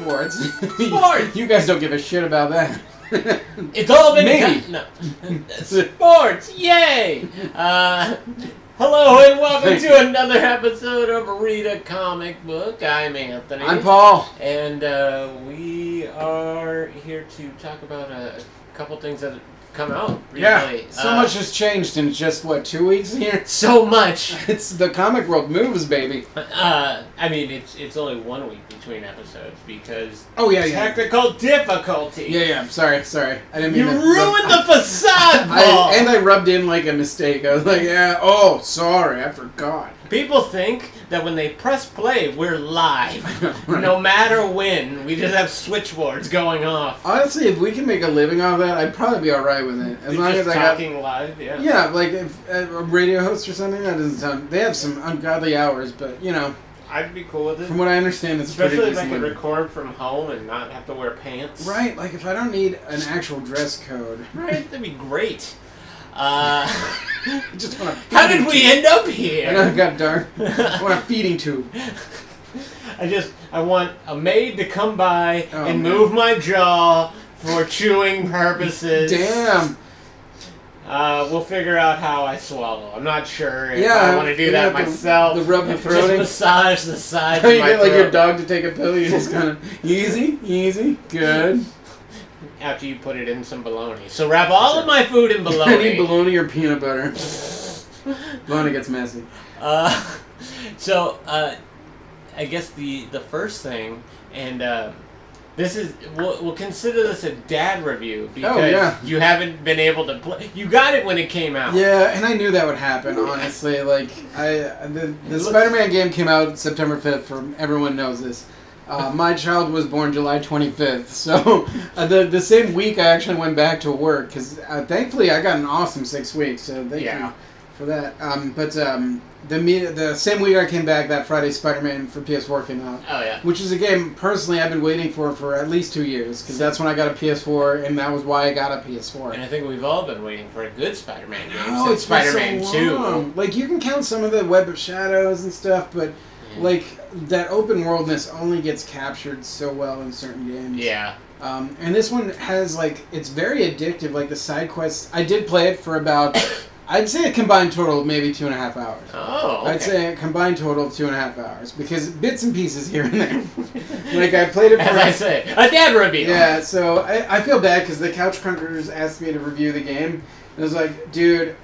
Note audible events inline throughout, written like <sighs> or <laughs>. Sport! <laughs> you guys don't give a shit about <laughs> that. It's all been Maybe. co- no. sports. Yay! Uh, hello and welcome Thank to you. another episode of Read a Comic Book. I'm Anthony, I'm Paul. and uh, we are here to talk about a couple things that have come out. Yeah. recently. So Uh, much has changed in just what two weeks here. <laughs> So much. It's the comic world moves, baby. Uh, I mean, it's it's only one week between episodes because Oh yeah, yeah. technical difficulty. Yeah, yeah. I'm sorry, sorry. I didn't mean. You to- ruined the facade, Paul. <laughs> I, and I rubbed in like a mistake. I was like, yeah, oh, sorry, I forgot. People think that when they press play, we're live. <laughs> Right. No matter when, we just have switchboards going off. Honestly, if we can make a living off that, I'd probably be all right with it. As We're long as just I got talking live, yeah. Yeah, like if uh, a radio host or something, that doesn't sound. They have some ungodly hours, but you know, I'd be cool with from it. what I understand, it's Especially pretty if I decent could living. record from home and not have to wear pants. Right, like if I don't need an actual dress code, Right? That'd be <laughs> great. Uh, I just want a. <laughs> how feeding did we <laughs> tube. end up I know, here? it got dark. I want a feeding <laughs> tube. I just, I want a maid to come by Oh, and man. move my jaw for chewing purposes. Damn. Uh, we'll figure out how I swallow. I'm not sure if Yeah, I want to do you have that the- myself. the rub the If throat in. <laughs> Just massage the side. How <laughs> of you my get like your throat dog to take a pill? You just kind of easy, easy, good. after you put it in some bologna. So wrap all of my food <laughs> in I need bologna. bologna or peanut butter. Bologna gets messy. <laughs> uh, <laughs> so uh, I guess the the first thing, and uh, this is we'll, we'll consider this a dad review because Oh, yeah. you haven't been able to play. You got it when it came out. Yeah, and I knew that would happen. Honestly, like I, the, the Spider-Man game came out September fifth. For everyone knows this. Uh, my child was born July 25th, so <laughs> uh, the the same week I actually went back to work because uh, thankfully I got an awesome six weeks. So thank Yeah. you for that. Um, but um, the me- the same week I came back, that Friday Spider-Man for PS4 came out. Oh yeah. Which is a game personally I've been waiting for for at least two years because that's when I got a PS4 and that was why I got a PS4. And I think we've all been waiting for a good Spider-Man game Oh, since it's been so Spider-Man long. Like you can count some of the Web of Shadows and stuff, but 2. like that open worldness only gets captured so well in certain games. Yeah. Um, and this one has like it's very addictive. Like the side quests, I did play it for about, <coughs> I'd say a combined total of maybe two and a half hours. Oh. I'd say a combined total of two and a half hours because bits and pieces here and there. <laughs> like I played <laughs> it for As I say, a dad review. <laughs> yeah, so I, I feel bad because the Couch Crunkers asked me to review the game. And I was like, dude,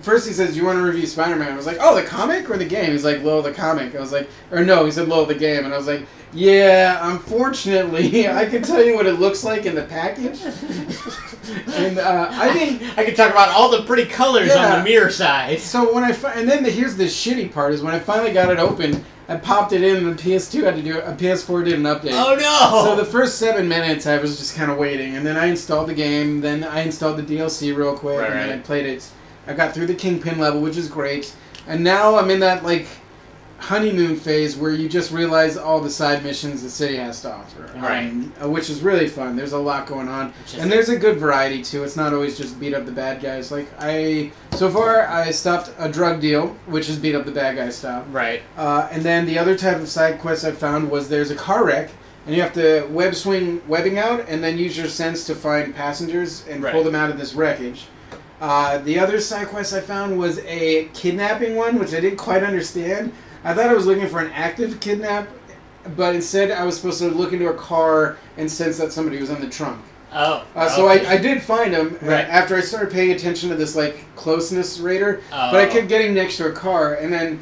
first he says, you want to review Spider Man? I was like, oh, the comic or the game? He's like, Lil, the comic. I was like, or no, he said, Lil, the game. And I was like, yeah, unfortunately, <laughs> I can tell you what it looks like in the package. And uh, I think. I could talk about all the pretty colors on Yeah. the mirror side. So when I fi- and then the, here's the shitty part is when I finally got it open, I popped it in and the PS2 had to do a PS4 did an update. Oh So no! the first seven minutes, I was just kind of waiting, and then I installed the game. Then I installed the DLC real quick, Right, and then right. I played it. I got through the kingpin level, which is great, and now I'm in that like honeymoon phase where you just realize all the side missions the city has to offer, um, Right. uh, which is really fun. There's a lot going on, Which is- and there's a good variety too. It's not always just beat up the bad guys. Like I, so far, I stopped a drug deal, which is beat up the bad guy stop. right. Uh, and then the other type of side quest I found was there's a car wreck, and you have to web swing webbing out, and then use your sense to find passengers and Right. pull them out of this wreckage. Uh, the other side quest I found was a kidnapping one, which I didn't quite understand. I thought I was looking for an active kidnap, but instead I was supposed to look into a car and sense that somebody was in the trunk. Oh. Uh, so I, I did find him uh, Right. after I started paying attention to this like closeness radar, Oh. but I kept getting next to a car, and then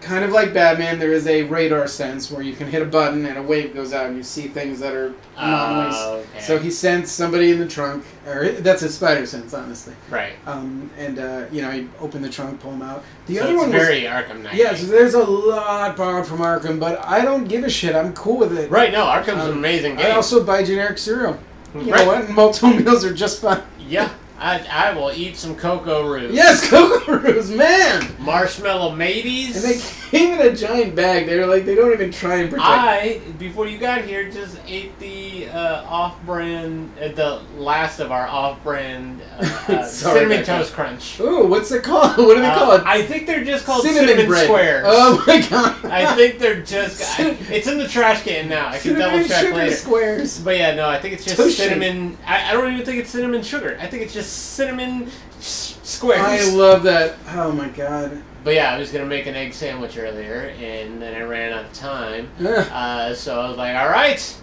kind of like Batman, there is a radar sense where you can hit a button and a wave goes out and you see things that are anomalies. Oh, okay. So he sensed somebody in the trunk, or that's his spider sense, honestly. Right. Um, and uh, you know, he opened the trunk, pull him out. The so other it's one very Arkham Knight. was yeah. So there's a lot borrowed from Arkham, but I don't give a shit. I'm cool with it. Right. No, Arkham's an Um, amazing game. I also buy generic cereal. You <laughs> Right. know what? Multiple meals are just fine. Yeah. I, I will eat some cocoa root. Yes, <laughs> Kokoros, man! Marshmallow mateys. And they came in a giant bag. They were like, they don't even try and protect. I before you got here just ate the uh, off-brand, uh, the last of <laughs> our off-brand uh, uh, Sorry, cinnamon Becca. toast crunch. Ooh, what's it called? <laughs> What do they Uh, call it? I think they're just called cinnamon, squares. Oh my god. I think they're just. I, <laughs> Cin- it's in the trash can now. I can cinnamon double check sugar later. squares. But yeah, no, I think it's just Toasted. cinnamon. I, I don't even think it's cinnamon sugar. I think it's just cinnamon s- squares. I love that. Oh my god. <laughs> but yeah, I was gonna make an egg sandwich earlier, and then I ran out of time. Ugh. Uh, so I was like, all right,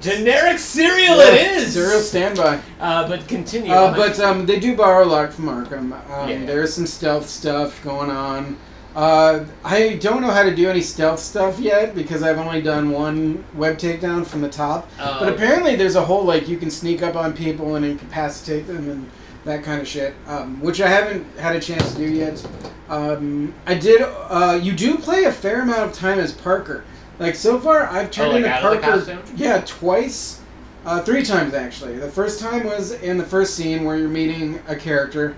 generic cereal it It's is. a real standby. Uh, but continue. Uh, but um, they do borrow a lot from Arkham. Um, Yeah. There's some stealth stuff going on. Uh, I don't know how to do any stealth stuff yet because I've only done one web takedown from the top. Oh, but okay. apparently, there's a whole like you can sneak up on people and incapacitate them and that kind of shit, um, which I haven't had a chance to do yet. Um, I did. Uh, you do play a fair amount of time as Parker. Like so far, I've turned Oh, like into out of the Parker. costume? Yeah, twice. Uh, three times actually. The first time was in the first scene where you're meeting a character,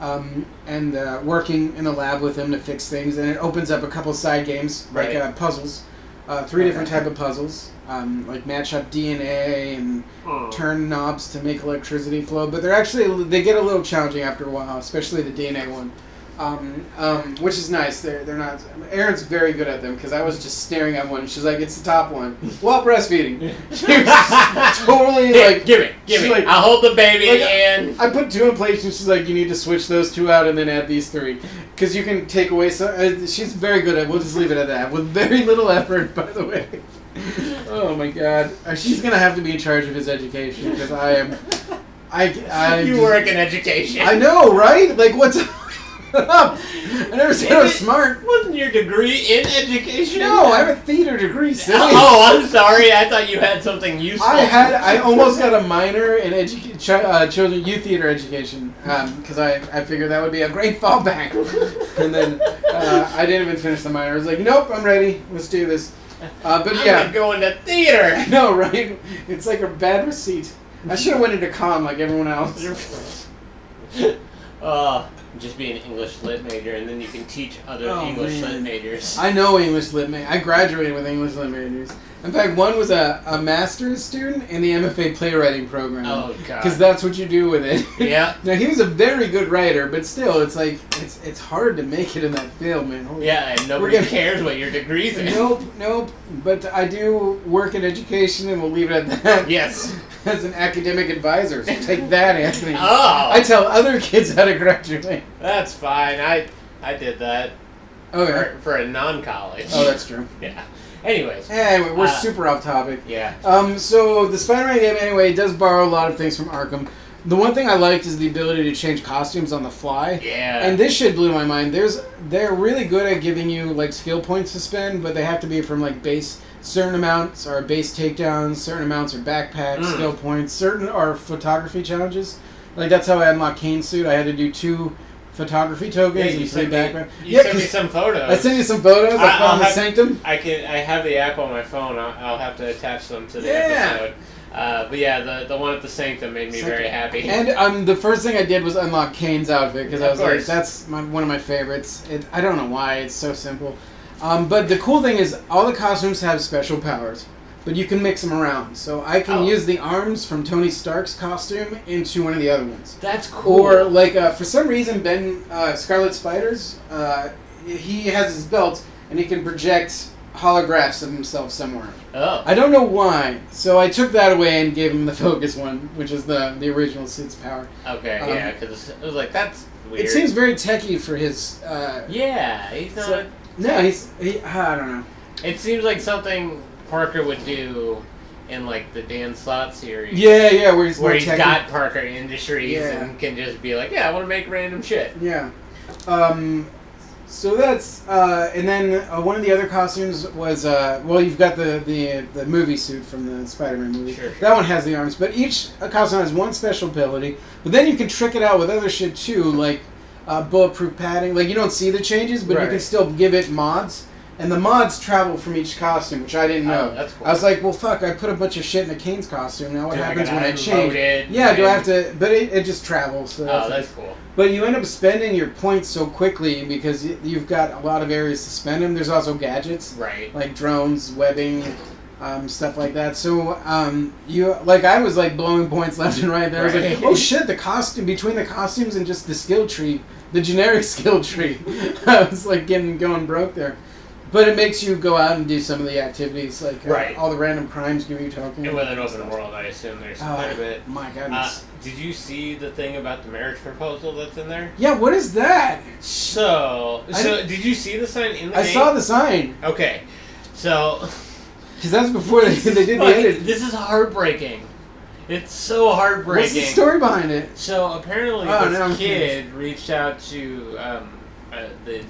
um, and uh, working in the lab with him to fix things, and it opens up a couple side games like Right. uh, puzzles, uh, three Okay. different type of puzzles, um, like match up DNA and Hmm. turn knobs to make electricity flow. But they're actually they get a little challenging after a while, especially the DNA one. Um, um, which is nice. They're, they're not. Erin's very good at them because I was just staring at one. and She's like, "It's the top one," while breastfeeding. <laughs> She was just totally Here, like, give it, give she's it. like- I'll hold the baby like, and. I put two in place, and she's like, "You need to switch those two out, and then add these three, because you can take away." So uh, she's very good at. We'll just leave it at that, with very little effort, by the way. <laughs> oh my god, Uh, she's gonna have to be in charge of his education because I am. I, I <laughs> you just- work in education. I know, right? Like, what's <laughs> up? I never said I was Isn't it- smart. Wasn't your degree in education? No, <laughs> I have a theater degree. Silly. Oh, I'm sorry. I thought you had something useful. I had I <laughs> almost got a minor in educa- chi- uh, children youth theater education because I, I figured that would be a great fallback, and then uh, I didn't even finish the minor. I was like, nope, I'm ready. Let's do this. Uh, but I'm yeah, not going to <laughs> theater. <laughs> I know, right? It's like a bad receipt. I should have went into com like everyone else. uh, just be an English lit major, and then you can teach other Oh, English man. lit majors. I know English lit ma- I graduated with English lit majors. In fact, one was a, a master's student in the MFA playwriting program. oh god. Because that's what you do with it. <laughs> yeah, Now he was a very good writer, but still, it's like it's it's hard to make it in that field, man. Holy- yeah, and nobody gonna- cares what your degrees in. <laughs> Nope, nope. But I do work in education, and we'll leave it at that. Yes. <laughs> As an academic advisor, so <laughs> take that, Anthony. Oh, I tell other kids how to graduate. that's fine. I I did that Oh yeah. for, for a non-college. Oh, that's true. <laughs> yeah. Anyways, Anyway, we're Uh, super off topic. yeah. Um, so the Spider-Man game, anyway, does borrow a lot of things from Arkham. The one thing I liked is the ability to change costumes on the fly. Yeah. And this shit blew my mind. There's they're really good at giving you like skill points to spend, but they have to be from like base certain amounts are base takedowns, certain amounts are backpacks, Mm. skill points, certain are photography challenges. Like that's how I unlocked Kane's suit. I had to do two photography yeah, tokens you and three sent me, backpacks. you Yeah, sent me 'cause some <laughs> photos. I sent you some photos. I, I- I'll found the have- sanctum. I can. I have the app on my phone. I'll, I'll have to attach them to the Yeah. episode. Uh, but yeah, the the one at the sanctum made me very happy. <laughs> And um, the first thing I did was unlock Kane's outfit because I Of was like, course. that's my, one of my favorites. It, I don't know why it's so simple, um, but the cool thing is all the costumes have special powers, but you can mix them around. So I can Oh. use the arms from Tony Stark's costume into one of the other ones, That's cool. or like uh, for some reason Ben uh, Scarlet Spiders, uh, he has his belt and he can project holographs of himself somewhere. oh, I don't know why. So I took that away and gave him the <laughs> focus one, which is the the original suit's power. okay, um, yeah, because it was like that's weird. It seems very techy for his. Uh, Yeah, he's not. So- no, he's. He, I don't know. it seems like something Parker would do in like the Dan Slott series. Yeah, yeah, where he's Where more he's techy. got Parker Industries Yeah. and can just be like, yeah, I want to make random shit. Yeah. Um, so that's uh, and then uh, one of the other costumes was uh, well, you've got the the the movie suit from the Spider-Man movie. Sure. That one has the arms, but each uh, costume has one special ability. But then you can trick it out with other shit too, like uh, bulletproof padding. Like you don't see the changes, but you Right. can still give it mods. and the mods travel from each costume, which I didn't know. Oh, that's cool. I was like, well, fuck, I put a bunch of shit in a Kane's costume. Now what Do I happens gotta when I change? unload it yeah, do I have and- to? But it, it just travels. So Oh, that's- that's cool. But you end up spending your points so quickly because y- you've got a lot of areas to spend them. There's also gadgets Right. like drones, webbing, um, stuff like that. So um, you like I was like blowing points left and right. There I was Right. like, oh shit, the costume between the costumes and just the skill tree, the generic <laughs> skill tree. I was like getting going broke there. But it makes you go out and do some of the activities, like uh, Right. all the random crimes you were talking. And with an open world, I assume there's quite a Oh bit. my Uh, goodness! did you see the thing about the marriage proposal that's in there? yeah, what is that? So, I so didn't- did you see the sign in the I game? saw the sign. Okay, so Because that's before they, <laughs> they <laughs> did the Fucking- edit. This is heartbreaking. It's so heartbreaking. What's the story behind it? So apparently, Oh, this now I'm kid reached out to um, uh, the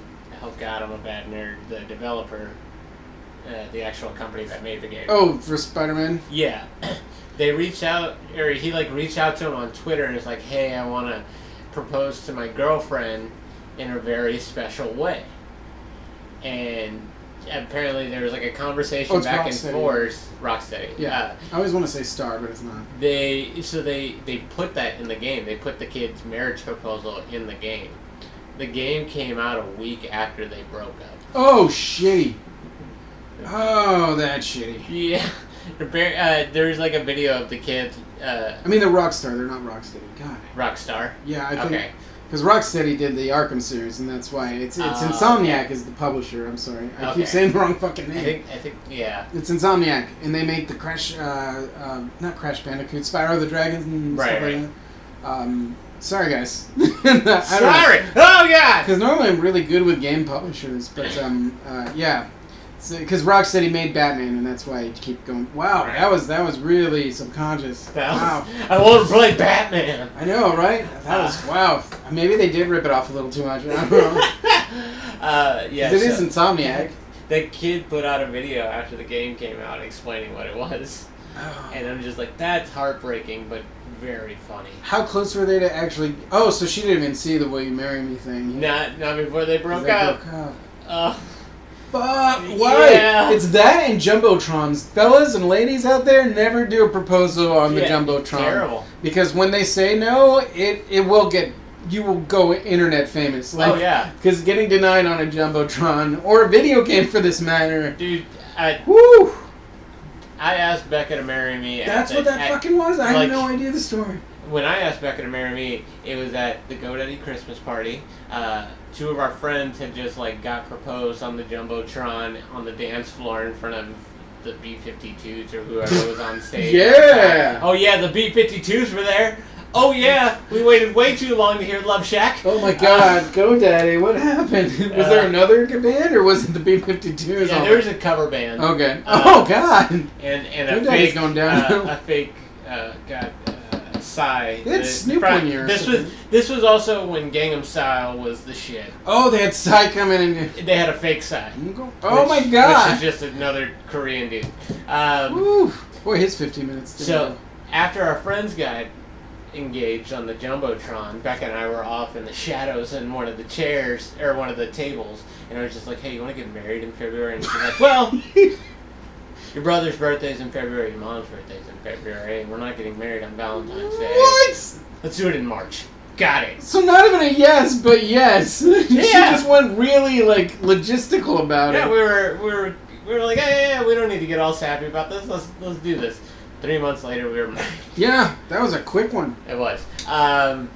oh god, I'm a bad nerd. The developer, uh, the actual company that made the game. Oh, for Spider Man. Yeah, <coughs> they reached out, or he like reached out to him on Twitter and was like, "Hey, I want to propose to my girlfriend in a very special way." And apparently, there was like a conversation Oh, it's back Rocksteady. and forth. Rocksteady. Yeah. Uh, I always want to say star, but it's not. they so they they put that in the game. They put the kid's marriage proposal in the game. The game came out a week after they broke up. Oh, shitty. Oh, that's shitty. Yeah, <laughs> Appar- uh, there's like a video of the kid, uh, I mean, they're Rockstar. They're not Rocksteady. God. Rockstar. Yeah, I Okay. think. Because Rocksteady did the Arkham series, and that's why it's it's Ah, Insomniac is the publisher. I'm sorry, I Okay. keep saying the wrong fucking I name. think I think yeah. It's Insomniac, and they make the Crash, uh, uh, not Crash Bandicoot, Spyro the Dragons, and Right, stuff right. like that. Um, sorry, guys. <laughs> I don't know. Sorry. Oh god. Because normally I'm really good with game publishers, but um, uh, yeah, because Rocksteady made Batman, and that's why I keep going. Wow, that was that was really subconscious. <laughs> That wow, was- I want to play Batman. I know, right? That was Ah. wow. Maybe they did rip it off a little too much. <laughs> <laughs> I don't know. <laughs> uh, yeah. 'Cause it so is Insomniac. That kid put out a video after the game came out explaining what it was, Oh. and I'm just like, that's heartbreaking, but very funny. How close were they to actually? Oh, so she didn't even see the "Will You Marry Me" thing. Not not before they broke They up. broke up. Uh, Fuck! Why? Yeah. It's that and jumbotrons, fellas and ladies out there. Never do a proposal on the yeah, jumbotron. Terrible. because when they say no, it it will get you will go internet famous. Like, oh yeah, Because getting denied on a jumbotron or a video game for this matter. dude. I Woo! I asked Becca to marry me. at That's the- what that at- fucking was. I like- had no idea the story. When I asked Becca to marry me, it was at the GoDaddy Christmas party. Uh, two of our friends had just like got proposed on the jumbotron on the dance floor in front of the B-52s or whoever <laughs> was on stage. Yeah. Oh yeah, the B-52s were there. Oh yeah, we waited way too long to hear Love Shack. Oh my god, GoDaddy, what happened? <laughs> was Uh, there another band or was it the B-52s? Yeah, there was a cover band. Okay. uh, oh god. and and a Your daddy's fake going down. uh, a fake uh, god uh, sigh. They had The- Snoop pri- one year or This was something. this was also when Gangnam Style was the shit. Oh, they had Psy coming in. They had a fake sigh. Oh which- my god. Which is just another Korean dude. Um, Woo. Boy, his 15 minutes. didn't so go. after our friends got engaged on the jumbotron, Becca and I were off in the shadows in one of the chairs or one of the tables, and I was just like, "Hey, you want to get married in February?" And she's <laughs> like, "Well." Your brother's birthday's in February, your mom's birthday's in February, and we're not getting married on Valentine's Day. What? Let's do it in March. Got it. So not even a yes, but yes. <laughs> she Yeah. just went really like logistical about Yeah, it. we were we were we were like, yeah, yeah, yeah, we don't need to get all sappy about this. Let's let's do this. Three months later, we were married. <laughs> yeah, that was a quick one. It was. Um,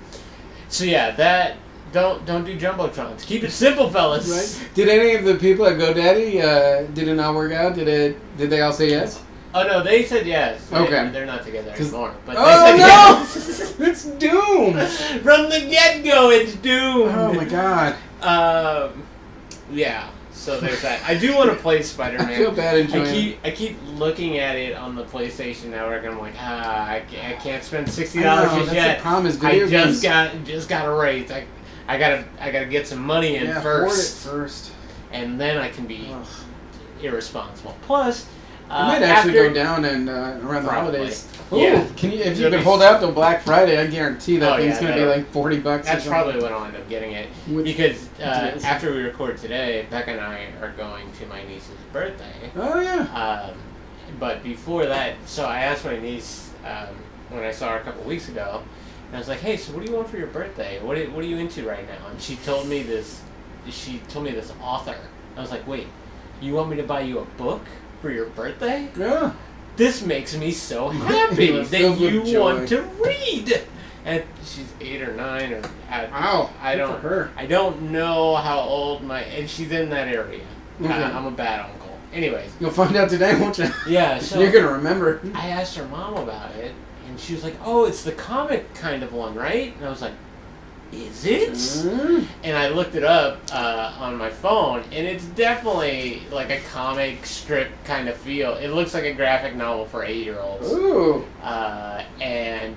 so yeah, that don't don't do jumbotrons. Keep it simple, fellas. Right? Did any of the people at GoDaddy uh, did it not work out? Did it? Did they all say yes? Oh no, they said yes. They- Okay. They're not together 'Cause- anymore. But Oh, they no! said yes. <laughs> It's Doom. From the get go, it's doomed. oh <laughs> my god. Um, yeah. So there's that. I do want to play Spider Man. I feel bad enjoying. I it. keep I keep looking at it on the PlayStation Network, and I'm like, ah, I, ca- I can't spend sixty I know, dollars that's just yet. the problem is I video games. just got just got a raise. I, I gotta I gotta get some money in yeah, hoard first, it first. and then I can be Ugh. irresponsible. Plus, uh, it might actually after, go down and uh, around the Probably. holidays. Yeah. Can you if you It'll can be- hold out till Black Friday, I guarantee that Oh, thing's yeah, gonna be that'll- like forty bucks. That's or something. probably what I'll end up getting it. Which- Because uh, deals? after we record today, Beck and I are going to my niece's birthday. Oh yeah. Um, but before that, so I asked my niece um, when I saw her a couple weeks ago, and I was like, "Hey, so what do you want for your birthday? What are, what are you into right now?" And she told me this. She told me this author. I was like, "Wait, you want me to buy you a book for your birthday? Yeah. This makes me <laughs> so happy You are that filled with you joy. want to read." And she's eight or nine, or I, Wow. I good don't- For her. I don't know how old my and she's in that area. Okay. I, I'm a bad uncle. Anyways, You'll find out today, won't you? yeah. <laughs> So You're gonna remember. I asked her mom about it, and she was like, "Oh, it's the comic kind of one, right?" And I was like, "Is it?" Mm. And I looked it up uh, on my phone, and it's definitely like a comic strip kind of feel. It looks like a graphic novel for eight-year-olds, Ooh. uh, and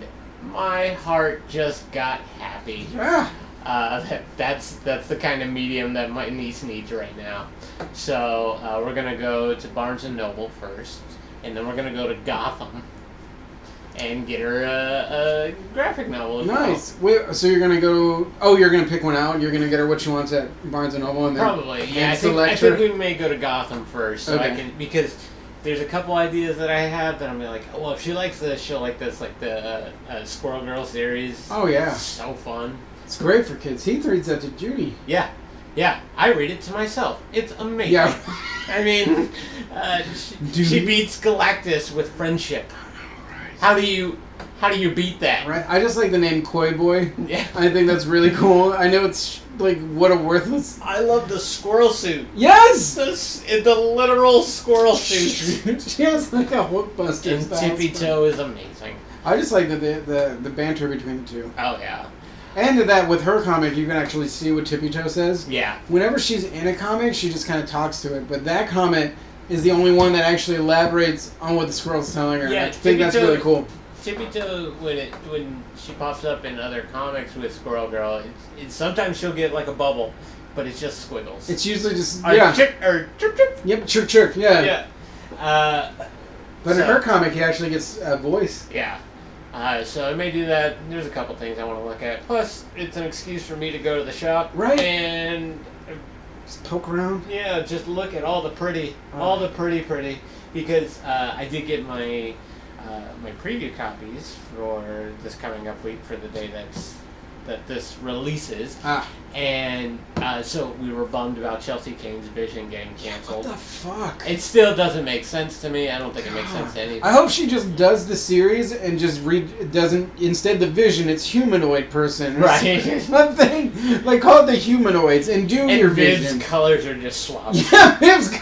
my heart just got happy. Yeah. Uh, <laughs> that, that's that's the kind of medium that my niece needs right now. So uh, we're gonna go to Barnes and Noble first, and then we're gonna go to Gotham and get her a, a graphic novel. as well. Nice. Wait, so you're gonna go? Oh, you're gonna pick one out. You're gonna get her what she wants at Barnes and Noble, and then Probably. Yeah, I and think, I select her. think we may go to Gotham first, so I Okay. can because there's a couple ideas that I have that I'm gonna like. Well, if she likes this, she'll like this. Like the uh, uh, Squirrel Girl series. Oh, yeah. so fun. it's great for kids. Heath reads that to Judy. Yeah, yeah. I read it to myself. It's amazing. <laughs> Yeah. I mean, uh, she, Dude. she beats Galactus with friendship. How do you, how do you beat that? Right. I just like the name Koi Boy. <laughs> Yeah. I think that's really cool. I know it's like what a worthless. I love the squirrel suit. Yes. <laughs> The, s- the literal squirrel suit. she has like a hookbuster and style. Tippy stuff. Toe is amazing. I just like the, the the the banter between the two, Oh yeah, and that with her comic, you can actually see what Tippy Toe says. yeah. Whenever she's in a comic, she just kind of talks to it. But that comic is the only one that actually elaborates on what the squirrel's telling her. Yeah, I think that's Tippy Toe- really cool. Tippy Toe when it when she pops up in other comics with Squirrel Girl, it's, it's sometimes she'll get like a bubble, but it's just squiggles. It's usually just or yeah. chip or chip chip. Yep, chirp chirp. Yeah. Yeah. Uh, But in So- her comic, he actually gets a voice. Yeah. Uh, so I may do that. There's a couple things I want to look at. Plus, it's an excuse for me to go to the shop. Right. And uh, Just poke around. yeah, just look at all the pretty, Uh. all the pretty, pretty. Because uh, I did get my uh, my preview copies for this coming up week for the day that's that this releases. Ah, And uh, so we were bummed about Chelsea Kane's Vision getting what canceled. the fuck? It still doesn't make sense to me. I don't think it makes sense to I anybody. hope she just does the series and just read doesn't instead the vision. It's humanoid person, or Right. some- <laughs> Something like call it the humanoids and do your And Viv's vision. colors are just swapped. <laughs> yeah, <laughs> Viv's.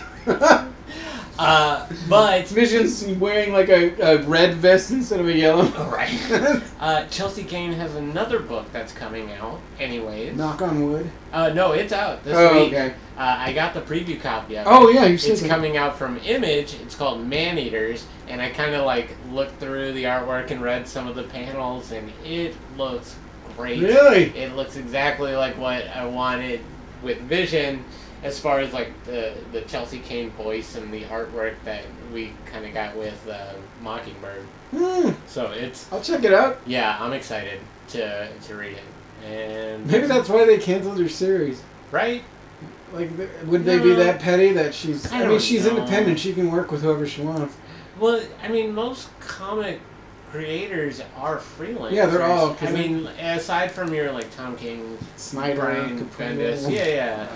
Uh, but Vision's wearing like a, a red vest instead of a yellow. <laughs> all right. <laughs> Uh, Chelsea Kane has another book that's coming out. Anyways, Knock on wood. uh, no, it's out this oh, week. okay. Uh, I got the preview copy of Oh it. yeah, you said It's that. coming out from Image. It's called Man Eaters, and I kind of like looked through the artwork and read some of the panels, and it looks great. Really? It looks exactly like what I wanted with Vision, as far as like the the Chelsea Kane voice and the artwork that we kind of got with uh, Mockingbird. Hmm, So it's I'll check it out. yeah, I'm excited to to read it. And Maybe that's why they canceled her series. right. Like, th- would they be No. that petty that she's? I I, mean, don't she's know. independent. She can work with whoever she wants. Well, I mean, most comic creators are freelancers. Yeah, they're all- 'cause I they- mean, aside from your like Tom King, Snyder, Brian Capullo. Bendis, yeah, yeah.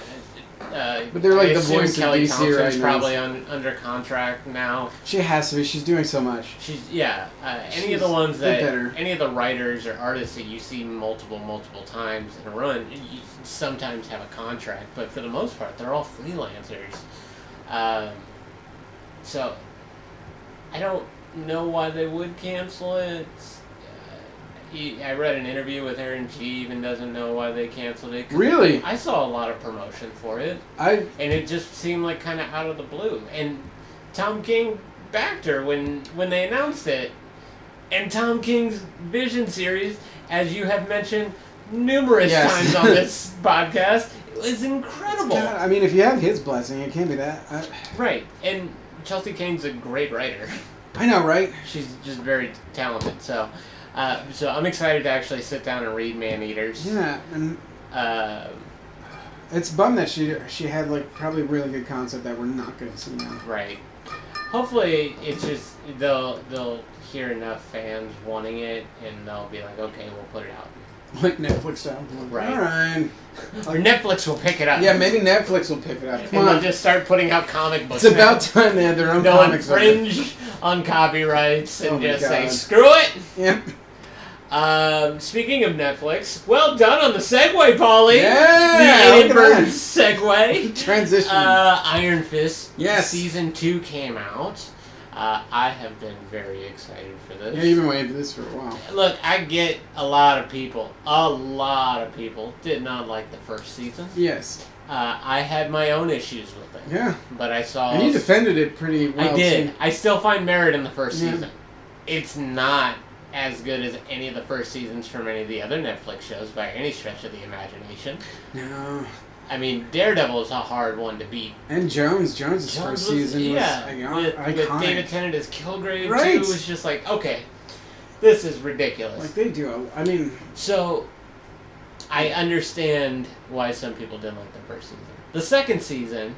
Uh, But they're like I the assume voice of Kelly DC Thompson's right now. probably un, under contract now. She has to be. She's doing so much. She's yeah. Uh, any of She's the ones the that better. any of the writers or artists that you see multiple multiple times in a run, you sometimes have a contract, but for the most part, they're all freelancers. Um, so I don't know why they would cancel it. Uh, he- I read an interview with her, and she even doesn't know why they canceled it. 'cause Really? I saw a lot of promotion for it I and it just seemed like kind of out of the blue. And Tom King backed her when when they announced it. And Tom King's Vision series, as you have mentioned numerous Yes. times on this podcast, is incredible. God, I mean, if you have his blessing, it can't be that. I, Right, and Chelsea Kane's a great writer. <laughs> I know, right? She's just very talented. So, uh, so I'm excited to actually sit down and read Man Eaters. Yeah, and Uh, it's bummed that she she had like probably really good concept that we're not going to see now. right. Hopefully, it's just they'll they'll hear enough fans wanting it, and they'll be like, okay, we'll put it out, Like Netflix style. Right. All right. or Netflix will pick it up. Yeah, maybe Netflix will pick it up. Come And they'll on. just start putting out comic books. It's about time they had their own They'll comics. over. <laughs> infringe on copyrights and Oh my just say, God. screw it. Yep. Um, speaking of Netflix, well done on the segue, Polly. Yeah. The look at Edinburgh that. segue. Transition. Uh, Iron Fist. Yes. Season two came out. Uh, I have been very excited for this. yeah, you've been waiting for this for a while. Look, I get a lot of people, a lot of people did not like the first season. Yes. Uh, I had my own issues with it, Yeah. but I saw. And you defended it pretty well. Uh, I did. I still find merit in the first Yeah. season. It's not as good as any of the first seasons from any of the other Netflix shows by any stretch of the imagination. too. No. I mean, Daredevil is a hard one to beat. And Jones, Jones' Jones first was- season yeah, was with, icon- with iconic. David Tennant as Kilgrave Right. too was just like, okay, this is ridiculous. like they do. a- I mean, So, I understand why some people didn't like the first season. The second season,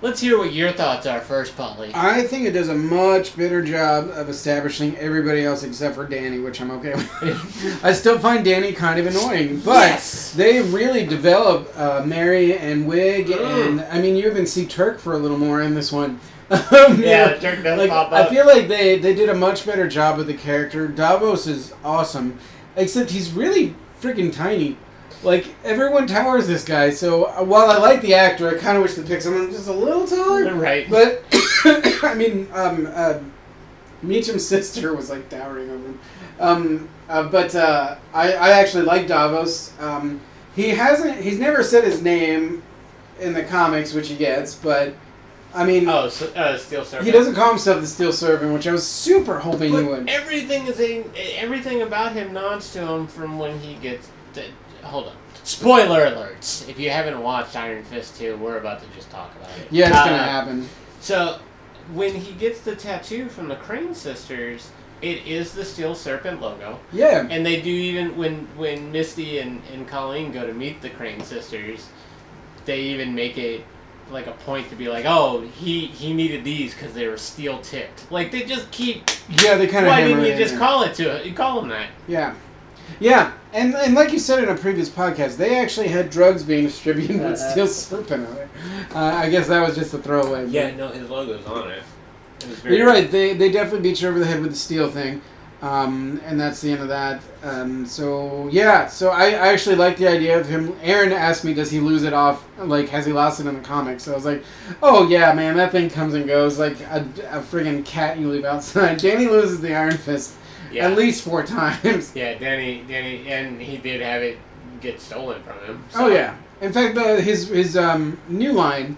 let's hear what your thoughts are first, Polly. I think it does a much better job of establishing everybody else except for Danny, which I'm okay with. I still find Danny kind of annoying, but Yes. they really develop uh, Mary and Wig, and I mean, you even see Turk for a little more in this one. <laughs> Um, yeah, Dirk does like, pop I up. feel like they, they did a much better job with the character. Davos is awesome, except he's really freaking tiny. Like everyone towers this guy, so uh, while I like the actor, I kind of wish they picked someone just a little taller. right. But <coughs> I mean, um, uh, Meacham's sister was like towering over him. Um, uh, but uh, I, I actually like Davos. Um, he hasn't. He's never said his name in the comics, which he gets. But I mean, oh, so, uh, Steel Serpent. he doesn't call himself the Steel Servant, which I was super hoping he But would. everything is in, everything about him nods to him from when he gets. To, hold on. Spoiler alerts! If you haven't watched Iron Fist 2, we're about to just talk about it. Yeah, it's gonna Uh, happen. So, when he gets the tattoo from the Crane sisters, it is the Steel Serpent logo. Yeah, And they do even when when Misty and, and Colleen go to meet the Crane sisters, they even make it like a point to be like, oh, he he needed these because they were steel tipped. Like they just keep. yeah, they kind of. Why didn't you just call it to it? Call him that. Yeah, yeah, and and like you said in a previous podcast, they actually had drugs being distributed with Uh, Steel Serpent on it. Uh, I guess that was just a throwaway. but- no, his logo's on it. it was But you're right. They they definitely beat you over the head with the steel thing, um, and that's the end of that. Um, so yeah, so I, I actually like the idea of him. Aaron asked me, does he lose it off? Like, has he lost it in the comics? So I was like, oh yeah, man, that thing comes and goes like a, a friggin' cat you leave outside. <laughs> Danny loses the Iron Fist Yeah. at least four <laughs> times. yeah, Danny, Danny, and he did have it get stolen from him. so- Oh yeah. In fact, the, his his um, new line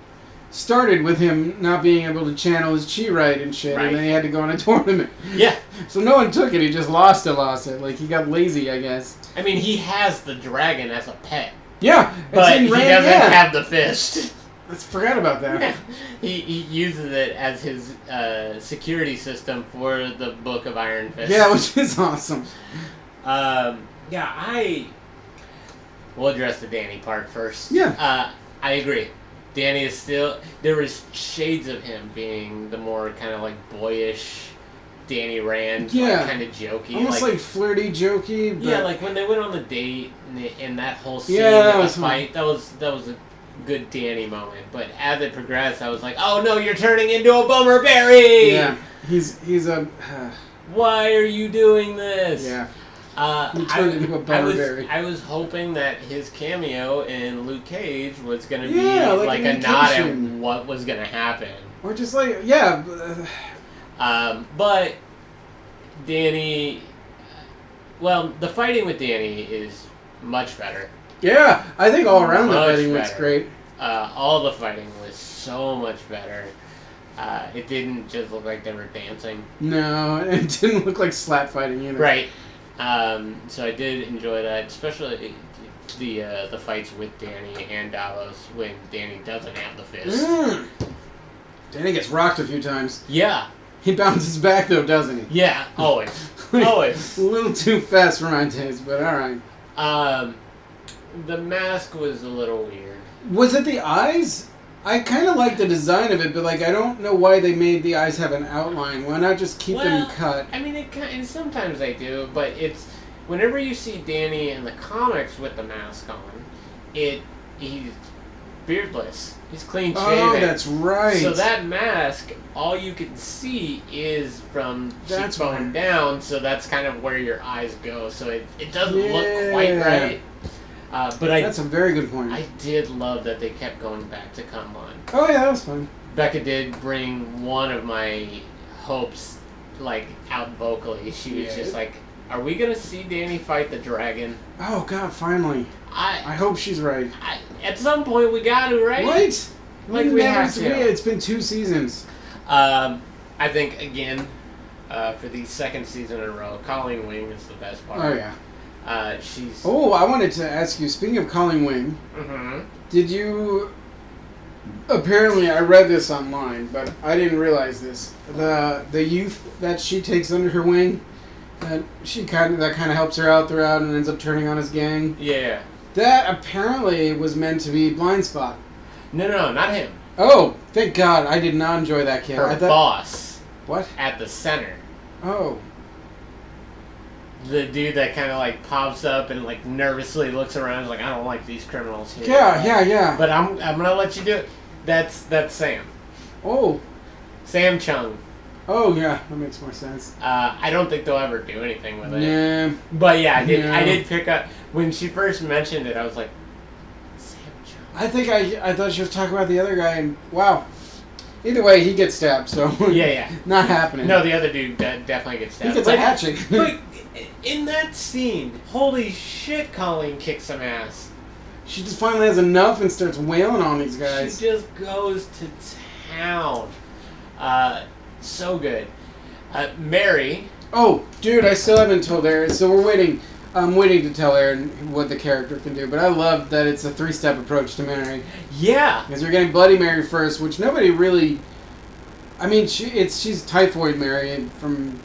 started with him not being able to channel his chi right and shit, Right. and then he had to go on a <laughs> tournament. <laughs> Yeah, So no one took it. He just lost it, lost it. Like he got lazy, I guess. I mean, he has the dragon as a pet, Yeah, but he Rand- doesn't yeah. have the fist. I forgot about that. <laughs> he, he uses it as his uh, security system for the Book of Iron Fist. Yeah, which is awesome. Um, yeah, I. We'll address the Danny part first. Yeah. Uh, I agree. Danny is still. There was shades of him being the more kind of like boyish Danny Rand. Yeah. kind of jokey. Almost like, like, flirty, jokey. But Yeah, like when they went on the date and, the, and that whole scene, Yeah, that with the was fun. fight, that was that was a good Danny moment. But as it progressed, I was like, "Oh no, you're turning into a Bummer Berry! yeah, he's he's a <sighs> Why are you doing this?" yeah. uh, You I, turned into a I Bummer was Berry. I was hoping that his cameo in Luke Cage was gonna Yeah, be like like an a nod at indication. what was gonna happen. Or just like yeah, <sighs> uh, Um, but Danny, well, the fighting with Danny is much better. yeah. I think all around the Much fighting looks better. great. uh, all the fighting was so much better. Uh, it didn't just look like they were dancing. No, <laughs> it didn't look like slap fighting either. Right. Um, so I did enjoy that, especially the uh, the fights with Danny and Davos when Danny doesn't have the fist. Mm. Danny gets Mm. rocked a few times. Yeah. He bounces back though, doesn't he? <laughs> Yeah, always, always. A little too fast for my taste, but all right. Um, the mask was a little weird. Was it the eyes? I kind of like the design of it, but like I don't know why they made the eyes have an outline. Why not just keep them Well, cut? I mean, it kind and sometimes they do, but it's whenever you see Danny in the comics with the mask on, it he's beardless. He's clean shaven. Oh, that's right. So that mask, all you can see is from That's cheekbone right. down. So that's kind of where your eyes go. So it, it doesn't look quite Yeah. right. Uh, but I that's a very good point. I did love that they kept going back to Kunlun. oh yeah, that was fun. Becca did bring one of my hopes, like out vocally. She was Yeah. just like, "Are we gonna see Danny fight the dragon?" Oh god, finally. I, I hope she's right. I at some point we got to right. What? Like, We've we never have seen to. it. It's been two seasons. Um, I think again, uh, for the second season in a row, Colleen Wing is the best part. Oh yeah. Uh, she's. Oh, I wanted to ask you. Speaking of calling Wing, hmm did you? Apparently, I read this online, but I didn't realize this. the The youth that she takes under her wing, that she kind of that kind of helps her out throughout, and ends up turning on his gang. Yeah. That apparently was meant to be blind spot. No, no, no, not him. Oh, thank God! I did not enjoy that kid. Her I thought boss what? at the center. Oh, The dude that kind of like pops up and like nervously looks around, like I don't like these criminals here. yeah, yeah, yeah. But I'm I'm gonna let you do it. That's that's Sam. oh, Sam Chung. oh yeah, that makes more sense. Uh, I don't think they'll ever do anything with it. Yeah. But yeah, I did I No. did pick up when she first mentioned it. I was like, Sam Chung. I think I I thought she was talking about the other guy, and wow. Either way, he gets stabbed, so Yeah, yeah. <laughs> not happening. No, the other dude de- definitely gets he stabbed. gets a But- <laughs> hatchet. <laughs> but in that scene, holy shit, Colleen kicks some ass. she just finally has enough and starts wailing on these guys. She just goes to town. Uh, so good. Uh, Mary, Oh, dude, I still haven't told Aaron, so we're waiting. I'm waiting to tell Aaron what the character can do, but I love that it's a three-step approach to Mary yeah, because you're getting Bloody Mary first, which nobody really. I mean, she it's she's Typhoid Mary and from,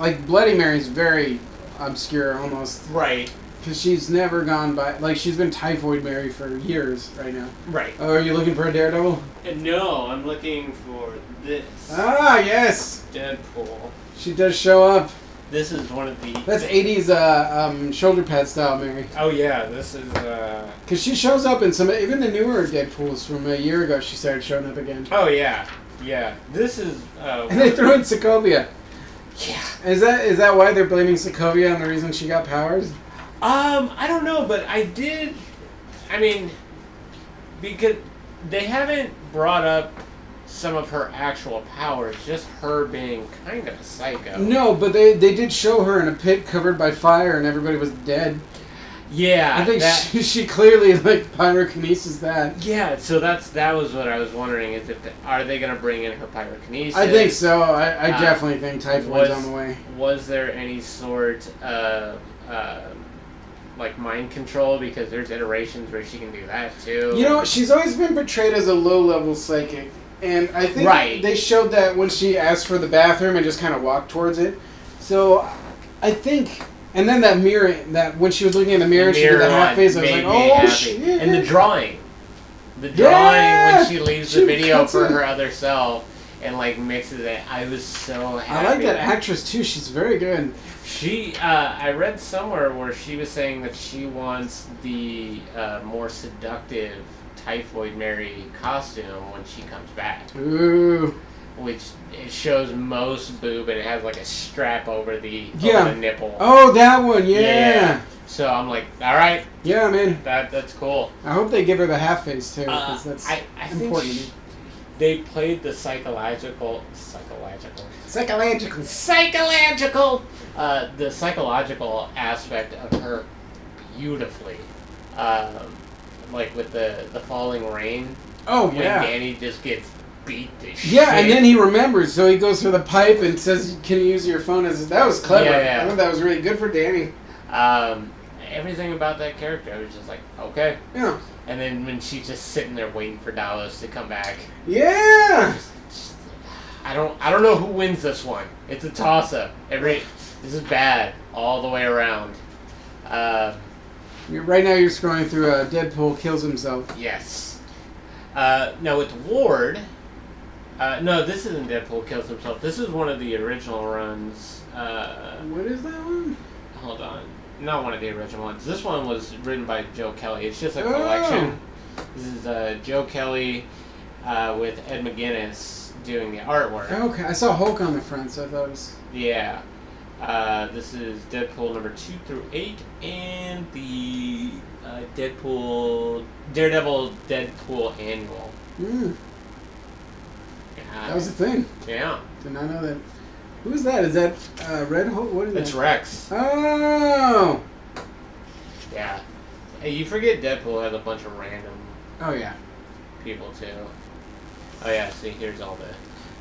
like Bloody Mary's very obscure almost. right, Because she's never gone by. Like, she's been Typhoid Mary for years right now. right. Oh, are you looking for a daredevil? And no, I'm looking for this Ah, yes! Deadpool. She does show up. This is one of the. That's 80s uh, um, shoulder pad style, Mary. Oh yeah, this is. uh... Because she shows up in some. Even the newer Deadpools from a year ago, she started showing up again. <laughs> Oh yeah, yeah. This is. Uh, And they threw in Sokovia. yeah. Is that is that why they're blaming Sokovia on the reason she got powers? Um, I don't know, but I did. I mean, because they haven't brought up some of her actual powers, just her being kind of a psycho. No, but they, they did show her in a pit covered by fire and everybody was dead. Yeah, I think that- she, <laughs> she clearly, like, pyrokinesis that. Yeah, so that's that was what I was wondering is if the, are they gonna bring in her pyrokinesis? I think so. I, I Uh, definitely think was- Typhoid's on the way. Was there any sort of um like mind control? Because there's iterations where she can do that too. You know, she's always been portrayed as a low level psychic. And I think Right. they showed that when she asked for the bathroom and just kind of walked towards it. So I think. And then that mirror, that when she was looking in the mirror, she did the half face. I was like, made me oh happy. shit! And the drawing, the drawing Yeah! when she leaves She the video cuts for it. her other self and like mixes it. I was so I happy. like that actress too. She's very good. She, uh, I read somewhere where she was saying that she wants the uh, more seductive Typhoid Mary costume when she comes back, Ooh, which it shows most boob and it has like a strap over the Yeah. over the nipple. oh that one, yeah, So I'm like, all right, yeah, man. that that's cool. I hope they give her the half face too, Uh, 'cause that's I, I think important. sh- they played the psychological, psychological, Psychological. psychological, uh, the psychological aspect of her beautifully, um, like with the the falling rain Oh when yeah. Danny just gets beat to shit. Yeah, and then he remembers, so he goes for the pipe and says, "Can you use your phone?" As that was clever. Yeah, yeah. I think that was really good for Danny. um, everything about that character, I was just like, okay. Yeah, And then when she's just sitting there waiting for Dallas to come back, yeah. just, just, I don't I don't know who wins this one. It's a toss up. Every this is bad all the way around. Uh, You're- Right now, you're scrolling through. Uh, Deadpool kills himself. yes. Uh, now with Ward. Uh, no, this isn't Deadpool kills himself. This is one of the original runs. Uh, What is that one? hold on. Not one of the original ones. This one was written by Joe Kelly. It's just a Oh. collection. This is uh, Joe Kelly uh, with Ed McGuinness doing the artwork. Okay, I saw Hulk on the front, so I thought it was. Yeah. Uh, this is Deadpool number 2 through 8, and the uh, Deadpool, Daredevil Deadpool Annual. Mm, Yeah. that was a thing. yeah. Did not know that. Who is that? Is that uh, Red Hulk? What is It's that? Rex. Oh. Yeah. Hey, you forget Deadpool has a bunch of random Oh yeah. people, too. Oh, yeah, see, here's all the.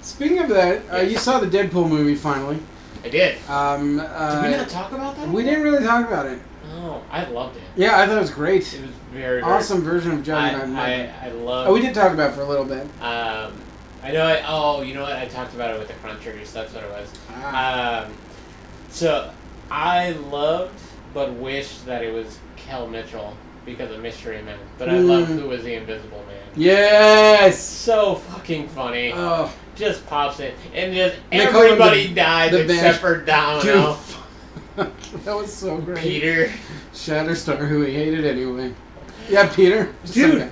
Speaking of that, uh, you Yes. saw the Deadpool movie finally. I did. Um, Did we not uh, talk about that? we didn't really talk about it. Oh, I loved it. Yeah, I thought it was It great. was very, very Awesome version of I, Johnny. Knoxville. I, I love oh, we did talk about it for a little bit. Um, I know. I, oh, you know what? I talked about it with the crunchers. That's what it was. Ah. Um, so I loved, but wished that it was Kel Mitchell because of Mystery Man. But I loved Mm. who was the Invisible Man. yes. So fucking funny. Oh, <laughs> just pops it, and just They call him everybody the- dies the except Bash- for dude, Domino, that was so great. Peter. Shatterstar, who he hated anyway. Yeah, Peter. Just some Dude. guy.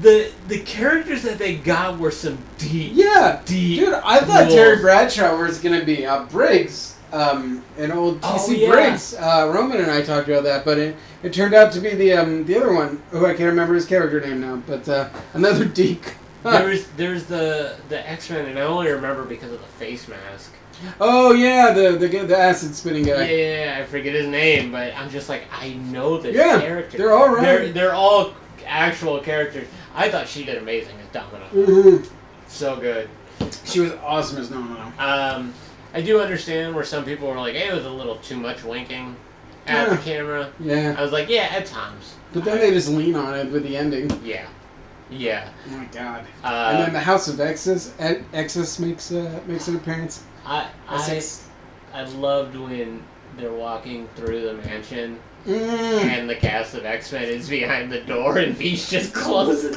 The the characters that they got were some deep, Yeah. deep. Dude, I thought roles. Terry Bradshaw was gonna be uh, Briggs, um, an old Oh, TC yeah. Briggs. Uh, Roman and I talked about that, but it, it turned out to be the um, the other one who I can't remember his character name now. But uh, another <laughs> Deke. there was there's the the X Men, and I only remember because of the face mask. <laughs> oh yeah, the the guy- the acid spitting Yeah, guy. yeah, yeah, I forget his name, but I'm just like I know this Yeah, character. they're all right. They're they're all actual characters. I thought she did amazing as Domino. Mhm. So good. She was awesome as Domino. Um, I do understand where some people were like, "Hey, it was a little too much winking at the Yeah. camera." Yeah, I was like, "Yeah, at times." but then they just lean on it with the ending. Yeah, yeah. Oh my god! and then Uh, the House of Exes, E- Exes makes uh, makes an appearance. I I Essex. I loved when they're walking through the mansion Mm. and the cast of X Men is behind the door and Beast just closes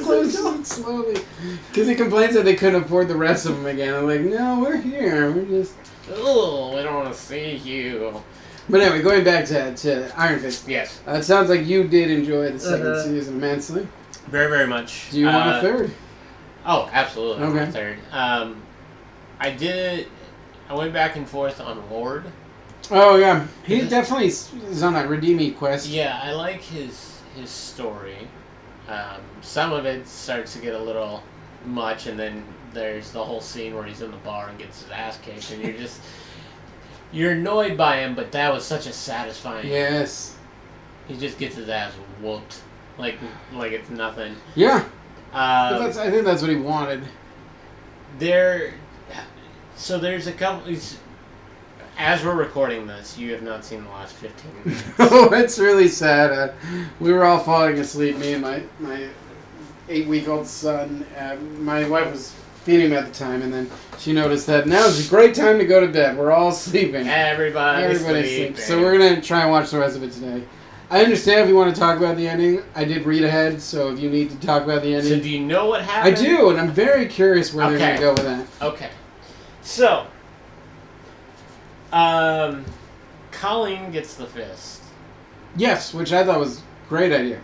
<laughs> Close the door. it slowly. Because he complains that they couldn't afford the rest of them again. I'm like, no, we're here. We're just. Oh, I don't want to see you. But anyway, going back to, to Iron Fist. Yes, Uh, it sounds like you did enjoy the 2nd Uh-huh. season immensely. very, very much. Do you want Uh, a third? Oh, absolutely. I want Okay. a Third. Um, I did. I went back and forth on Lord. Oh yeah, he definitely s- is on a redeeming quest. Yeah, I like his his story. Um, some of it starts to get a little much, and then there's the whole scene where he's in the bar and gets his ass kicked, and you're just you're annoyed by him, but that was such a satisfying. Yes. He just gets his ass whooped, like like it's nothing. Yeah. but Um, that's, I think that's what he wanted. there, so there's a couple. it's- As we're recording this, you have not seen the last fifteen. minutes. <laughs> oh, it's really sad. Uh, we were all falling asleep. Me and my my eight week old son. Uh, my wife was feeding him at the time, and then she noticed that now's a great time to go to bed. We're all sleeping. Everybody, Everybody's sleep, asleep. So we're gonna try and watch the rest of it today. I understand if you want to talk about the ending. I did read ahead, so if you need to talk about the So ending, do you know what I happened? do, and I'm very curious where Okay. they're gonna go with that. Okay. So, um, Colleen gets the fist. Yes, which I thought was a great idea.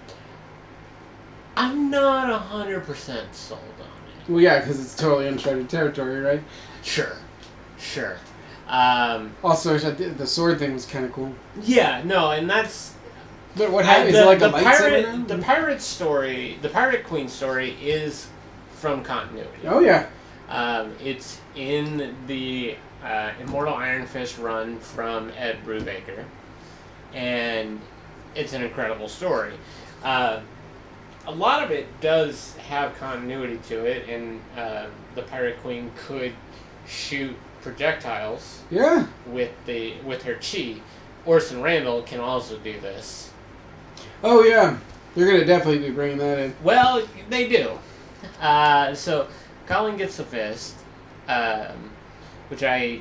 I'm not a hundred percent sold on Well, yeah, because it's totally uncharted territory, right? it. Sure, sure. Um, Also, I did- the sword thing was kind of cool. yeah, no, and that's But what happened? Uh, the, Is it like the a lightsaber? now? pirate. The pirate story, the pirate queen story, is from continuity. oh yeah. Um, it's in the uh, Immortal Iron Fist run from Ed Brubaker, and it's an incredible story. Uh, a lot of it does have continuity to it, and uh, the Pirate Queen could shoot projectiles Yeah. with the with her chi. Orson Randall can also do this. Oh yeah. You're gonna definitely be bringing that in. Well, they do. Uh, so Colin gets the fist. Um, which I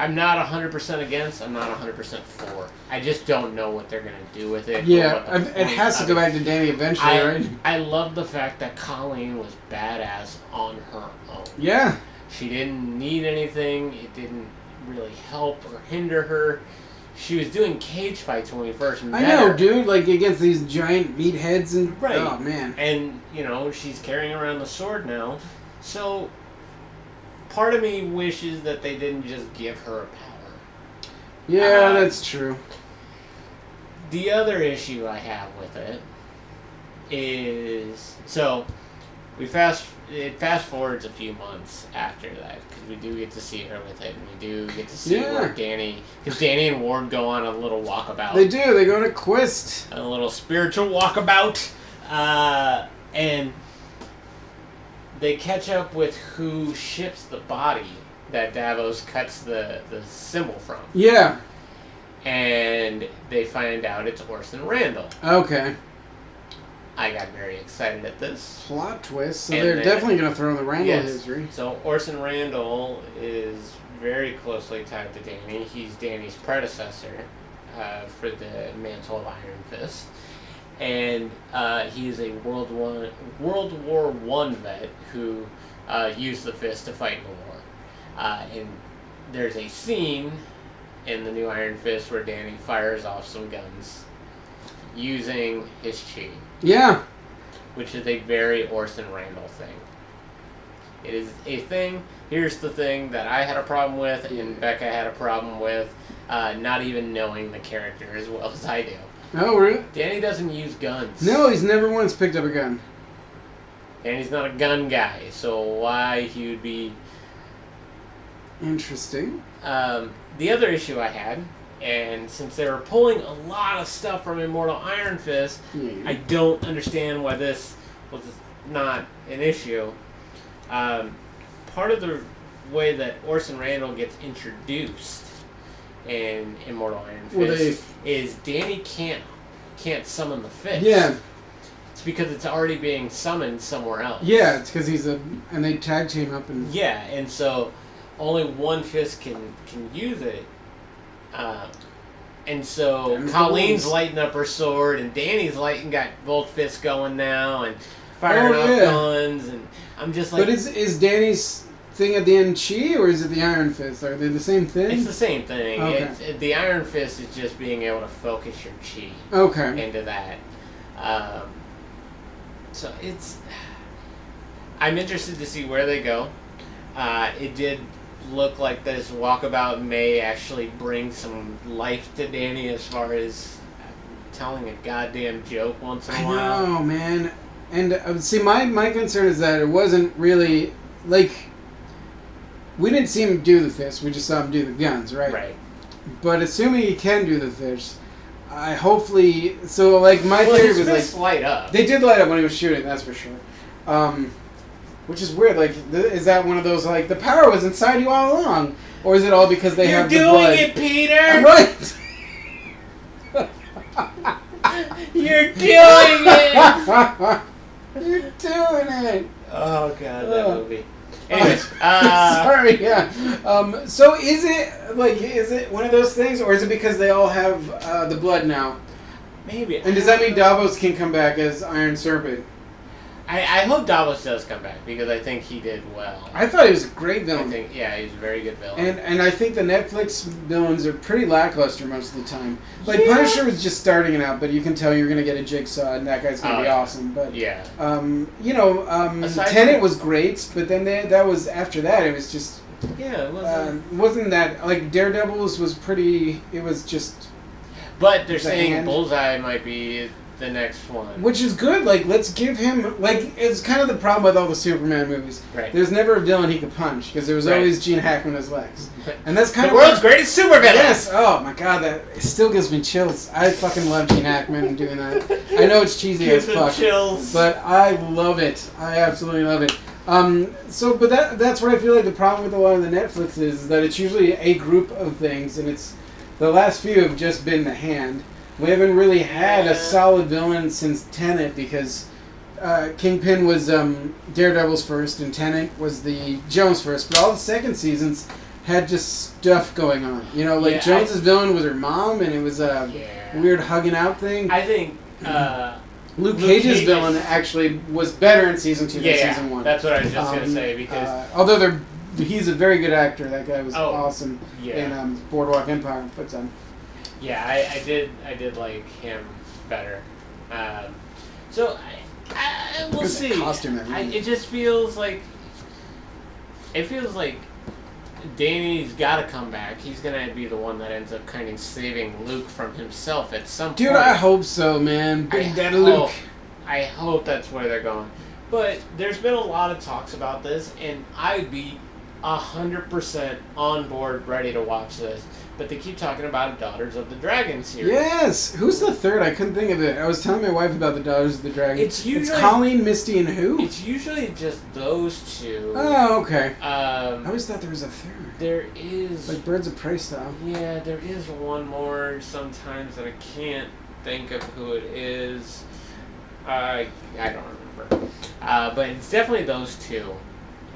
I'm not 100% against, I'm not 100% for. I just don't know what they're going to do with it. or Yeah, what the I- it point has to of go it back to Danny eventually, I, right? I love the fact that Colleen was badass on her own. Yeah, She didn't need anything. It didn't really help or hinder her. She was doing cage fights when we first met I know, her. dude. Like against these giant meatheads and Right. Uh, oh man, And, you know, she's carrying around the sword now. So, part of me wishes that they didn't just give her a power. yeah, Uh, that's true. The other issue I have with it is so we fast it fast forwards a few months after that because we do get to see her with it and we do get to see Yeah. where Danny because Danny and Ward go on a little walkabout, They do. They go to Quest. a little spiritual walkabout, uh, and they catch up with who ships the body that Davos cuts the the symbol from, Yeah. and they find out it's Orson Randall. Okay. I got very excited at this. Plot twist. So And they're then- definitely gonna throw the Randall Yes. history. So Orson Randall is very closely tied to Danny. He's Danny's predecessor uh, for the mantle of Iron Fist, and uh, he is a World One World War One vet who uh, used the fist to fight in the war. Uh, and there's a scene in the new Iron Fist where Danny fires off some guns using his chi. Yeah. which is a very Orson Randall thing. It is a thing. Here's the thing that I had a problem with, and Becca had a problem with, uh, not even knowing the character as well as I do. Oh really? Danny doesn't use guns. No, he's never once picked up a gun. Danny's not a gun guy, so why he would be. Interesting. Um, the other issue I had, and since they were pulling a lot of stuff from Immortal Iron Fist, Yeah. I don't understand why this was not an issue. Um, part of the way that Orson Randall gets introduced in Immortal Iron Well, they- Fist is Danny can't can't summon the fish. yeah. it's because it's already being summoned somewhere else. Yeah. It's because he's a and they tag team up and yeah, and so only one fist can can use it. Um, and so There's the Colleen's ones. lighting up her sword, and Danny's lighting got both fists going now, and firing Oh, off yeah. guns, and I'm just like, but is is Danny's thing at the end chi or is it the Iron Fist? Are they the same thing? it's the same thing. Okay. It's, it- the Iron Fist is just being able to focus your chi okay. into that. Um, so it's, I'm interested to see where they go. Uh, it did look like this walkabout may actually bring some life to Danny as far as telling a goddamn joke once in I a while. know, man. And uh, see, my my concern is that it wasn't really like we didn't see him do the fist. We just saw him do the guns, right? Right. But assuming he can do the fish, I hopefully. So like my well, theory his was fists like light up. they did light up when he was shooting. That's for sure. Um, which is weird. Like, th- is that one of those like the power was inside you all along, or is it all because they You're have doing the blood? it, Peter. Right. You're <laughs> doing it. You're doing <laughs> it. oh god, that Ugh. movie. Anyways, <laughs> uh, Sorry, yeah. Um, so is it like is it one of those things, or is it because they all have uh, the blood now? maybe. And does that mean Davos can come back as Iron Serpent? I, I hope Davos does come back because I think he did well. I thought he was a great I villain, think yeah, he's a very good villain. and and I think the Netflix villains are pretty lackluster most of the time. Like Yeah. Punisher was just starting it out, but you can tell you're gonna get a jigsaw, and that guy's gonna Oh, be yeah. awesome. But yeah, um, you know, um, Aside Tenet from- was great, but then they, that was after that. It was just yeah, it wasn't. um, wasn't that like Daredevils was pretty. It was just but they're the saying hand- Bullseye might be the next one. Which is good. Like, let's give him. Like, it's kind of the problem with all the Superman movies. right. There's never a villain he could punch because there was Right. always Gene Hackman as Lex, and that's kind the of world's greatest supervillain. Yes. Oh my god, that it still gives me chills. I fucking love Gene Hackman doing that. I know it's cheesy as Gives him fuck, chills. but I love it. I absolutely love it. Um, so, but that that's what I feel like the problem with a lot of the Netflix is, is that it's usually a group of things, and it's the last few have just been the hand. We haven't really had Yeah. a solid villain since Tenet because uh, Kingpin was um, Daredevil's first, and Tennant was the Jones first, but all the second seasons had just stuff going on. You know, like Yeah, I- Jones's villain was her mom, and it was a Yeah. um, weird hugging out thing. I think. Uh, Luke, Luke Cage's Cage villain is- actually was better in season two yeah, than yeah, season one. that's what I was just gonna Um, say because uh, although they're, he's a very good actor. That guy was Oh, awesome yeah, in um, Boardwalk Empire. But um, yeah, I, I did, I did like him better. Um, so I, I we'll Look at that see. costume, that I, really- it just feels like it feels like Danny's got to come back. He's gonna be the one that ends up kind of saving Luke from himself at some dude, point. I hope so, man. Big I Daddy Luke. hope- I hope that's where they're going. But there's been a lot of talks about this, and I'd be hundred percent on board, ready to watch this. But they keep talking about Daughters of the Dragon series. Yes. Who's the third? I couldn't think of it. I was telling my wife about the Daughters of the Dragon. It's usually- Colleen, Misty, and who? It's usually just those two. oh, okay. I Um, always thought there was a third, there is, like Birds of Prey style. yeah, there is one more sometimes that I can't think of who it is. I I don't remember. Uh, but it's definitely those two.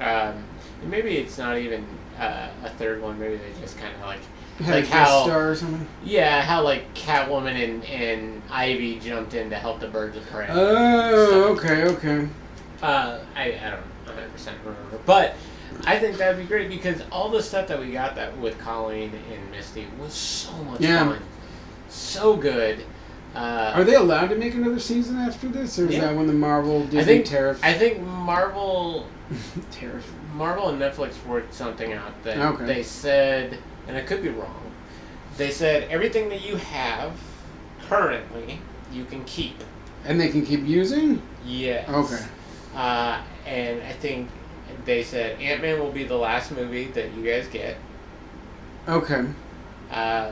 Um, and maybe it's not even uh, a third one. Maybe they just kind of like Had Like a guest how- star or something. yeah, how like Catwoman and, and Ivy jumped in to help the birds of prey. Oh, okay, okay. Uh, I, I don't 100% remember. But I think that would be great because all the stuff that we got that with Colleen and Misty was so much Yeah. fun. So good. Are Uh, they allowed to make another season after this, or is Yeah. that when the Marvel Disney think- tariff? <laughs> I think Marvel tariff. Marvel and Netflix worked something out that Okay. they said, and I could be wrong, they said everything that you have currently you can keep. And they can keep using. Yes. Okay. Uh, and I think they said Ant Man will be the last movie that you guys get. Okay. Um, Is that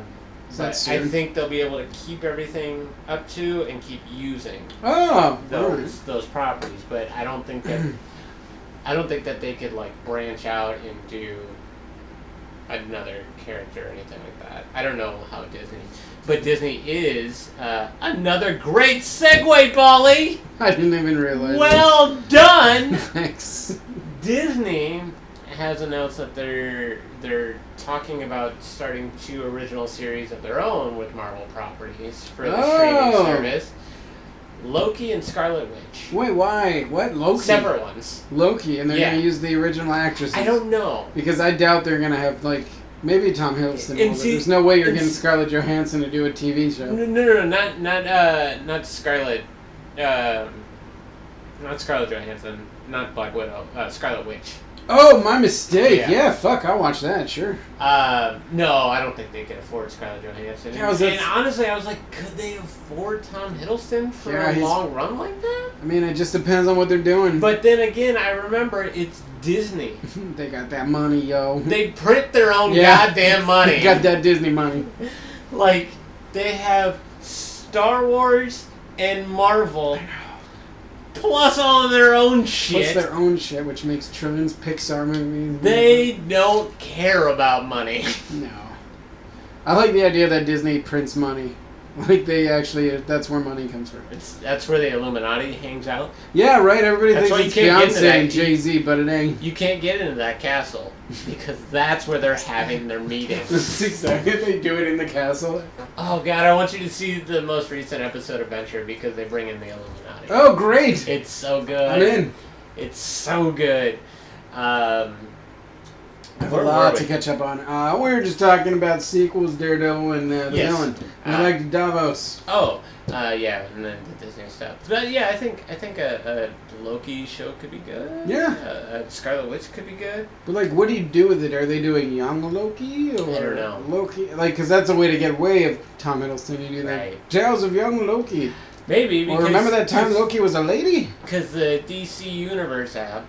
but I soon? think they'll be able to keep everything up to and keep using Oh. those those properties. But I don't think that I don't think that they could like branch out and do another character or anything like that. I don't know how Disney, but Disney is uh, another great segue, Polly. I didn't even realize. Well done. that. <laughs> Thanks. Disney has announced that they're they're talking about starting two original series of their own with Marvel properties for the Oh. streaming service. Loki and Scarlet Witch. Wait, why? What Loki? Separate ones. Loki, and they're Yeah. gonna use the original actress. I don't know. Because I doubt they're gonna have like maybe Tom Hiddleston. And will, but see- there's no way you're and getting s- Scarlett Johansson to do a TV No, show. no, no, no not not uh, not Scarlet, um, not Scarlet Johansson, not Black Widow, uh, Scarlet Witch. Oh, my mistake. Yeah. Yeah. fuck. I'll watch that. Sure. Uh, no, I don't think they could afford Scarlett Johansson. Yeah, I was and just- honestly, I was like, could they afford Tom Hiddleston for Yeah, a he's- long run like that? I mean, it just depends on what they're doing. But then again, I remember it's Disney. <laughs> they got that money, yo. They print their own Yeah. <laughs> goddamn money. They got that Disney money. Like they have Star Wars and Marvel, plus all of their own Plus shit. their own shit, which makes trillions Pixar movies. They don't care about money. <laughs> No. I like the idea that Disney prints money. <laughs> Like they actually, that's where money comes from. It's, that's where the Illuminati hangs out. Yeah, right. Everybody That's thinks it's why you can't get into Beyonce that. and Jay Z, but it ain't. <laughs> You can't get into that castle because that's where they're having <laughs> their meetings. exactly. They do it in the castle. Oh god, I want you to see the most recent episode of Venture because they bring in the Illuminati. Oh, great! It's so good. I'm in. It's so good. Um, I have a where lot were to we? catch up on. Uh, we were just talking about sequels, Daredevil, and uh, the Yes. villain. And Uh, I like Davos. Oh, uh, yeah, and then the Disney stuff. But yeah, I think I think a, a Loki show could be good. Yeah. Uh, a Scarlet Witch could be good. But like, what do you do with it? Are they doing young Loki or don't know. Loki? Like, because that's a way to get way of Tom Hiddleston. You do that. Right. Tales of Young Loki. Maybe. Or Because, remember that time Loki was a lady? Because the DC Universe app.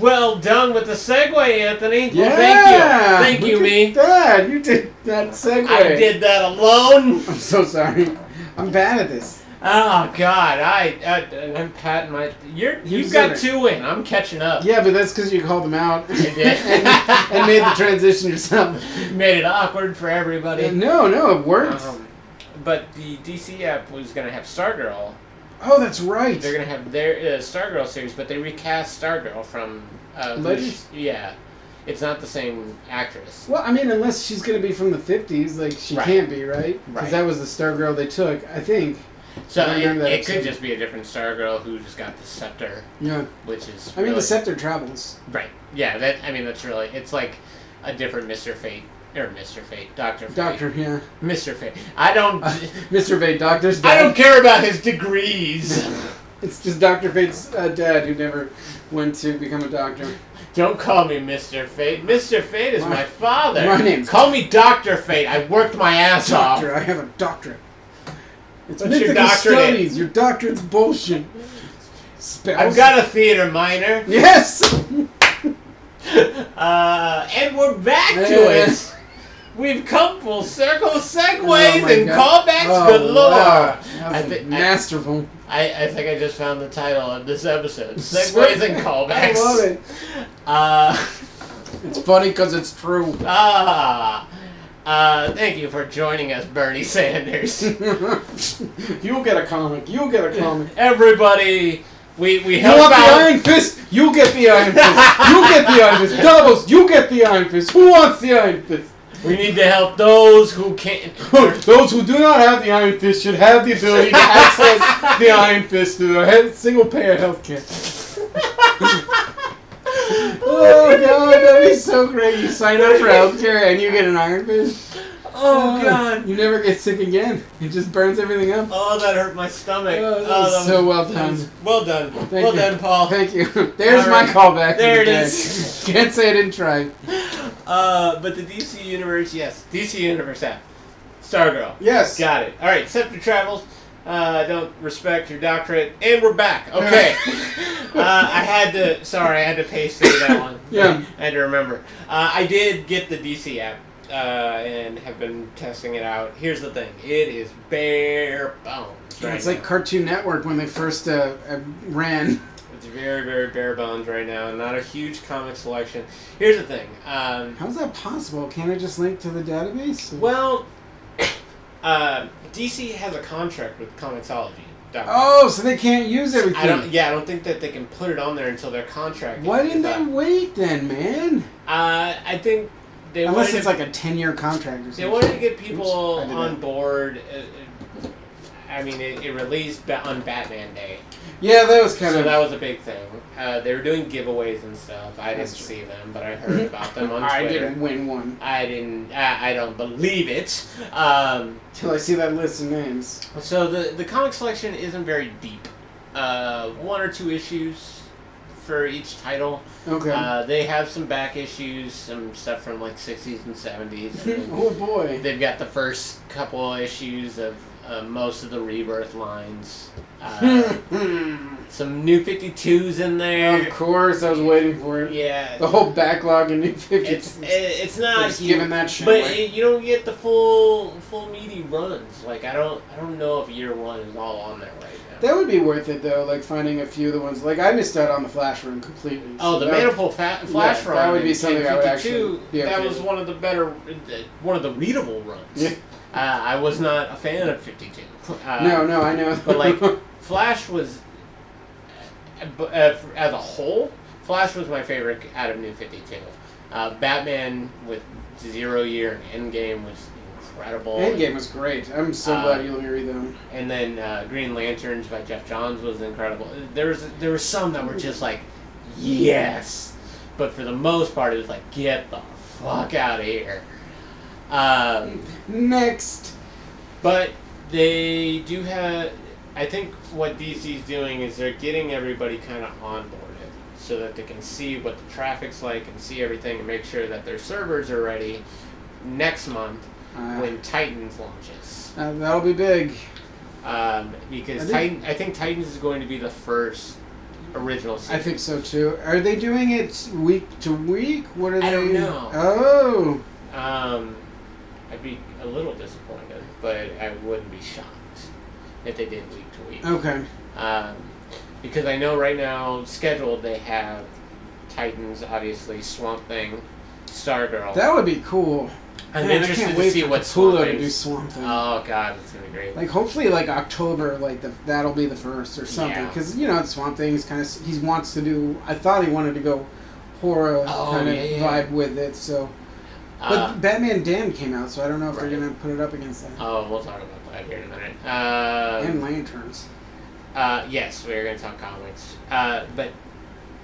Well done with the segue, Anthony. Well, Yeah! thank you. Thank you, Look me. at That you did that segue. I did that alone. <laughs> I'm so sorry. I'm bad at this. Oh God, I, I I'm patting my. You're You you've got deserve it. two in. I'm catching up. Yeah, but that's because you called them out did. <laughs> and, and made the transition yourself. Uh, Made it awkward for everybody. No, no, it worked. Um, but the DC app was gonna have Stargirl Oh, that's right. They're gonna have their uh, Stargirl series, but they recast Stargirl from uh, who Legends? she- yeah, it's not the same actress. Well, I mean, unless she's going to be from the 50s, like, she Right. can't be, right? Because Right. that was the star girl they took, I think. So I it, remember that it could episode. just be a different Stargirl who just got the scepter, Yeah. which is I mean, really- the scepter travels. right. Yeah, that I mean that's really it's like a different Mister Fate or Mister Fate Doctor Fate. Doctor, yeah. Mister Fate. <laughs> I don't Uh, Mr. Fate, Doctor's I dad. don't care about his degrees. <laughs> It's just Dr. Fate's uh, dad who never went to become a doctor. Don't call me Mr. Fate. Mr. Fate is My- my, father. my name's- Call me Dr. Fate. I worked my ass off. Doctor, I have a doctorate. It's What's your mythical doctorate in? studies. Your doctorate's bullshit. Spells. I've got a theater minor. Yes! <laughs> Uh, and we're back to Yes. it. We've come full circle Oh segues my and God. callbacks. Oh, Good lord. wow. That was I thi- I- masterful. I, I think I just found the title of <laughs> this episode. Sweet. Segues and <laughs> callbacks. I love it. Uh, <laughs> It's funny because it's true. <laughs> ah. Uh, thank you for joining us, <laughs> Bernie Sanders. you'll get a comic. You'll get a <laughs> comic. Everybody, we, we You help want the out. Iron Fist? You get the Iron Fist. You get the Iron Fist. Doubles. You get the Iron Fist. Who wants the Iron Fist? We need to help those who can't. Those who do not have the Iron Fist should have the ability to access the Iron Fist through their head- single payer health care. <laughs> oh god, that'd be so great. You sign up for health care and you get an Iron Fist. <laughs> Oh god! You never get sick again. It just burns everything up. Oh, that hurt my stomach. Oh, that Oh, was that so was- well that done. was- Well done. Thank well you. done, Paul. Oh, Thank you. <laughs> There's All my right. callback. There for the it day. is. <laughs> Can't say I didn't try. Uh, but the DC Universe, yes, DC Universe app, Stargirl. Yes. Got it. All right, Scepter travels. Uh, don't respect your doctorate, and <laughs> we're back. Okay. uh, I had to. Sorry, I had to pace through that one. <laughs> Yeah. I had to remember. Uh, I did get the DC app uh, and have been testing it out. Here's the thing: it is bare bones. Right It's like now. Cartoon Network when they first uh, uh, ran. It's very, very bare bones right now. Not a huge comic selection. Here's the thing. Um, How's that possible? Can't I just link to the database? well, <coughs> uh, DC has a contract with Comixology.com. Oh, so they can't use everything. I don't. Yeah, I don't think that they can put it on there until their contract. Why is didn't they up. wait then, man? Uh, I think they Unless wanted it's to, like a ten-year contract or they something. wanted to get Oops, people I did on that. board. uh, uh, I mean, it, it released ba- on Batman Day, Yeah, that was kind so of. that was a big thing. Uh, they were doing giveaways and stuff. I didn't That's true. see them, but I heard about <laughs> them on Twitter. I didn't win one I didn't. I, I don't believe it. Um, till I see that list of names. so the the comic selection isn't very deep. Uh, one or two issues for each title. Okay. Uh, they have some back issues, some stuff from like sixties <laughs> and seventies. <laughs> oh boy. They've got the first couple issues of uh, most of the rebirth lines. <laughs> Uh, some new fifty twos in of there. course, I was waiting for it. Yeah, The whole backlog in New Fifty. it's it, it's not just giving huge. that shit. But away. it, you don't get the full full meaty runs. Like I don't I don't know if year one is all on there right now. That would be worth it though, like finding a few of the ones. Like I missed out on the Flash Room completely. oh, so the that- Manipul fa- Flash yeah, Run. that would be in something I would 1052, actually be That okay was with. one of the better, uh, one of the readable runs. Yeah. Uh, I was not a fan of fifty two. Uh, No, no, I know. but, like- Flash was, uh, bu- uh, f- as a whole, Flash was my favorite out of New Fifty Two. Uh, Batman with zero year and Endgame was incredible. <laughs> Endgame was great. I'm so Uh, glad you let me read that one. and then uh, Green Lanterns by Jeff Johns was incredible. There was there were some that were just like, yes, but for the most part, it was like get the fuck out of here. Um, Next. but they do have. I think what DC's doing is they're getting everybody kind of onboarded so that they can see what the traffic's like and see everything and make sure that their servers are ready next month Uh, when Titans launches. uh, that'll be big. Um, because I think- Titan, I think Titans is going to be the first original series. I think so too. Are they doing it week to week? What are I they? don't know. Oh, Um, I'd be a little disappointed, but I wouldn't be shocked if they did week to week. okay. Um, because I know right now scheduled they have Titans, obviously Swamp Thing, Stargirl, That would be cool. I'm Man, I interested can't to wait see for what Capullo Swamp to do brings. Swamp Thing. Oh god, it's gonna be great. Like hopefully, like October, like the, that'll be the first or something, Yeah. because you know the Swamp Thing is kind of he wants to do. I thought he wanted to go horror Oh, kind of yeah, yeah. vibe with it. So, but Uh, Batman Damned came out, so I don't know if Right. they're gonna put it up against that. oh, we'll talk about that here in a minute. Uh, and Lanterns. Uh, yes, we are going to talk comics. Uh, but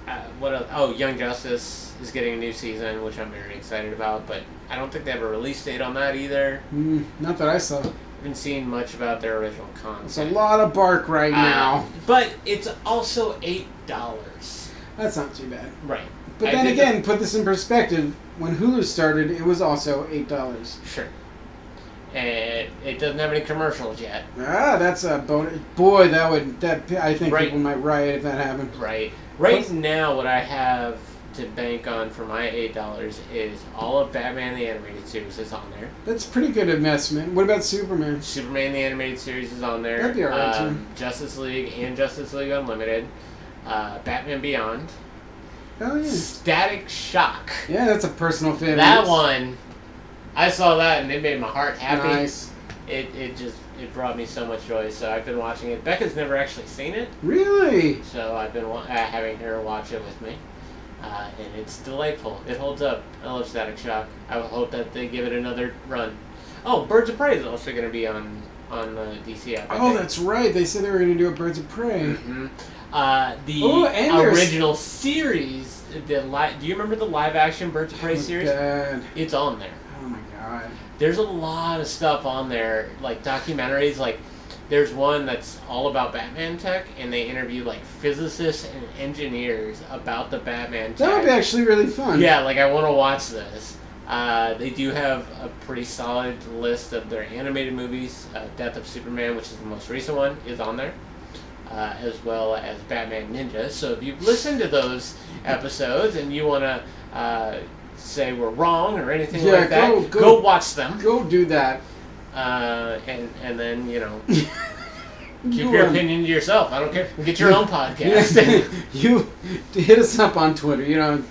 uh, what else? Oh, Young Justice is getting a new season, which I'm very excited about. But I don't think they have a release date on that either. Mm, not that I saw. I haven't seen much about their original content. It's a lot of bark right Uh, now. But it's also eight dollars. That's not too bad. Right. But I then did again, put this in perspective. When Hulu started, it was also eight dollars. the- sure. And it doesn't have any commercials yet. Ah, that's a bonus. Boy, that would that I think Right. people might riot if that happened. Right. Right Plus- now, what I have to bank on for my eight dollars is all of Batman the Animated Series is on there. That's pretty good investment. What about Superman? Superman the animated series is on there. That'd be alright, too. Um, Justice League and Justice League Unlimited. Uh, Batman Beyond. Oh yeah, Static Shock. yeah, that's a personal favorite. That one, I saw that and it made my heart happy. Nice. It, it just it brought me so much joy. So I've been watching it. Becca's never actually seen it, Really? so I've been wa- uh, having her watch it with me. Uh, and it's delightful. It holds up. I love Static Shock. I would hope that they give it another run. Oh, Birds of Prey is also going to be on on the DC app. I Oh, think. that's right. They said they were going to do a Birds of Prey. hmm Uh, the Ooh, and there's- original series, the li- do you remember the live action Birds of Prey series? God. It's on there. Oh my god. There's a lot of stuff on there, like documentaries. Like, there's one that's all about Batman tech, and they interview like physicists and engineers about the Batman That would be tech. actually really fun. yeah, like I want to watch this. Uh, they do have a pretty solid list of their animated movies. Uh, Death of Superman, which is the most recent one, is on there uh, as well as Batman Ninja. So if you've listened to those episodes and you want to uh, say we're wrong or anything Yeah, like that, go- go, go- watch them. Go do that. Uh, and, and then, <laughs> you know, keep You your are- <laughs> opinion to yourself. I don't care. Get your own Yeah. podcast. <laughs> you hit us up on Twitter. You know,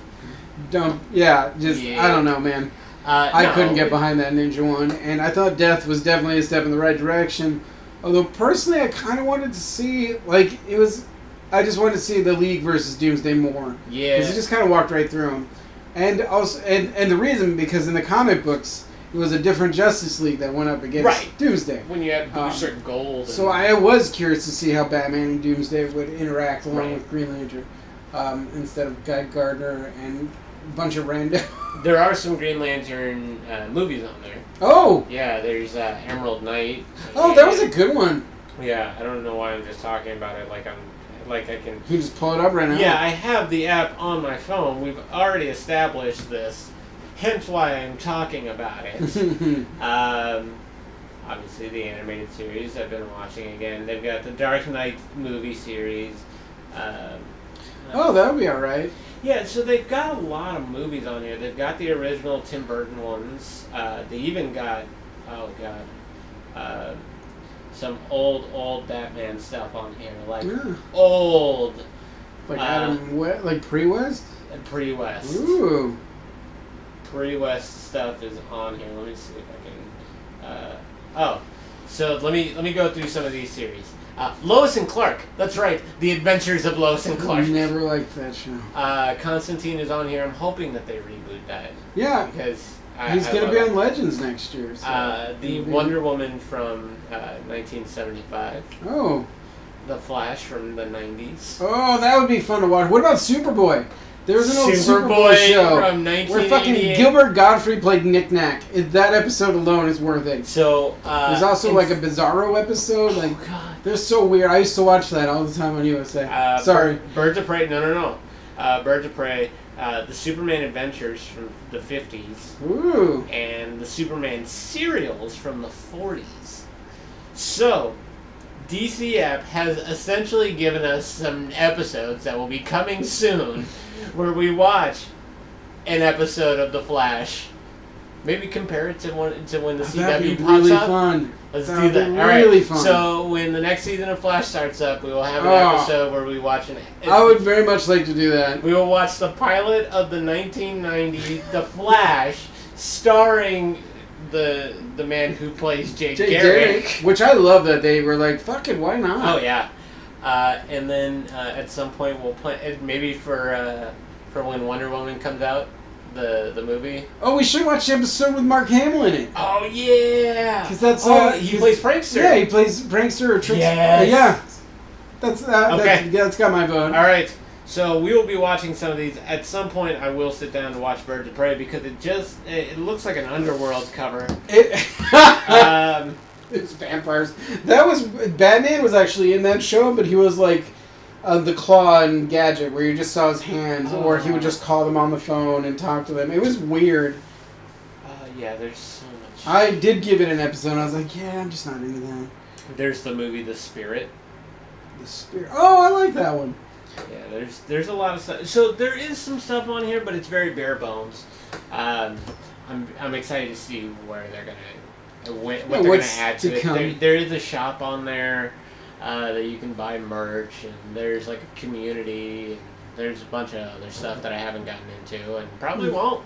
don't. Yeah, just I Yeah. don't know, man. <laughs> Uh, I no, couldn't get behind that Ninja one, and I thought Death was definitely a step in the right direction. Although personally, I kind of wanted to see like it was. I just wanted to see the League versus Doomsday more Yeah. because he just kind of walked right through him, and also and and the reason because in the comic books it was a different Justice League that went up against Right. Doomsday. When you have Um, Booster Gold. So I was curious to see how Batman and Doomsday would interact along Right. with Green Lantern um, instead of Guy Gardner and a bunch of random. <laughs> There are some Green Lantern uh, movies on there. oh, Yeah, there's uh, Emerald Knight. oh, that was a good one. Yeah, I don't know why I'm just talking about it like I'm. Like I can You just pull it up right now. Yeah, I have the app on my phone. We've already established this, hence why I'm talking about it. <laughs> um, obviously, the animated series I've been watching again. They've got the Dark Knight movie series. Um, <laughs> oh, that would be all right. yeah, so they've got a lot of movies on here. They've got the original Tim Burton ones. Uh, they even got, oh god, uh, some old old Batman stuff on here, like Yeah. old Like Uh, Adam West, like pre West. pre West. Ooh, pre West stuff is on here. Let me see if I can. Uh, oh, so let me let me go through some of these series. Uh, Lois and Clark. That's right, The Adventures of Lois and Clark. never liked that show. Uh, Constantine is on here. I'm hoping that they reboot that Yeah, because I, he's I gonna love be it. on Legends next year. So. Uh, the Wonder Woman from uh, 1975, Oh, The Flash from the 90s, oh, that would be fun to watch. What about Superboy? There was an old Superboy, Superboy show. from Where fucking 1988. Gilbert Godfrey played Knick Knack. It- That episode alone is worth it. So uh, There's also in- like a Bizarro episode. Like, oh god. they're so weird. I used to watch that all the time on USA. Uh, Sorry. Bir- Birds of Prey. No, no, no. Uh, Birds of Prey. Uh, the Superman Adventures from the 50s Ooh. and the Superman serials from the 40s. So, DC app has essentially given us some episodes that will be <laughs> coming soon where we watch an episode of The Flash. Maybe compare it to when, to when the Oh, That'd CW be pops really up. fun. Let's That do would be that. All right. really fun. So when the next season of Flash starts up, we will have an Oh. episode where we watch an. I would very much like to do that. We will watch the pilot of the 1990 The Flash, starring the the man who plays Jake, Jake Garrick. Garrick, which I love that they were like, fuck it, why Oh not? yeah, uh, and then uh, at some point we'll plan and maybe for uh, for when Wonder Woman comes out, the the movie. Oh, we should watch the episode with Mark Hamill in it. Oh yeah, 'Cause that's, oh, uh, he 'cause- plays prankster. Yeah, he plays prankster or trickster. Yes. Yeah. That's, uh, that's, Okay. yeah, that's got my vote. All right. So we will be watching some of these. At some point, I will sit down and watch Birds of Prey because it just it it looks like an underworld cover. It, <laughs> Uh, Um, it's vampires. That was Batman was actually in that show, but he was like uh, the claw and gadget, where you just saw his hands, or he Oh. would just call them on the phone and talk to them. It was weird. uh, yeah, there's so much. I did give it an episode. I was like, yeah, I'm just not into that. There's the movie The Spirit. The spirit. Oh, I like that one. Yeah, there's there's a lot of stuff. So there is some stuff on here, but it's very bare bones. Um, I'm I'm excited to see where they're gonna what, what Yeah, they're gonna what's add to to it. come. There, there is a shop on there uh, that you can buy merch, and there's like a community. And there's a bunch of other stuff that I haven't gotten into, and Mm. probably won't.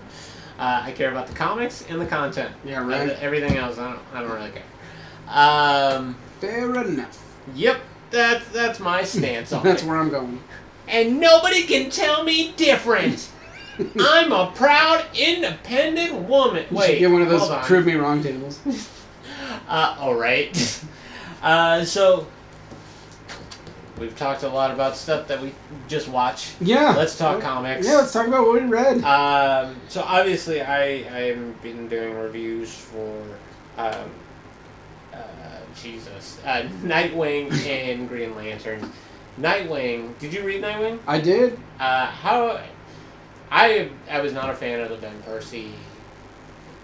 Uh, I care about the comics and the content. Yeah, And right. everything else, I don't I don't really care. Um, Fair enough. yep, that's that's my <laughs> stance on it That's where I'm going. and nobody can tell me <laughs> different. I'm a proud, independent woman. You should Wait, get one of those hold on. prove me wrong tables. Uh, all right. <laughs> Uh, so we've talked a lot about stuff that we just watch. Yeah. Let's talk comics. Yeah, let's talk about what we read. Um, so obviously, I I've been doing reviews for um, uh, Jesus, uh, Nightwing and Green Lantern. Nightwing, did you read Nightwing? I did. Uh, how I I was not a fan of the Ben Percy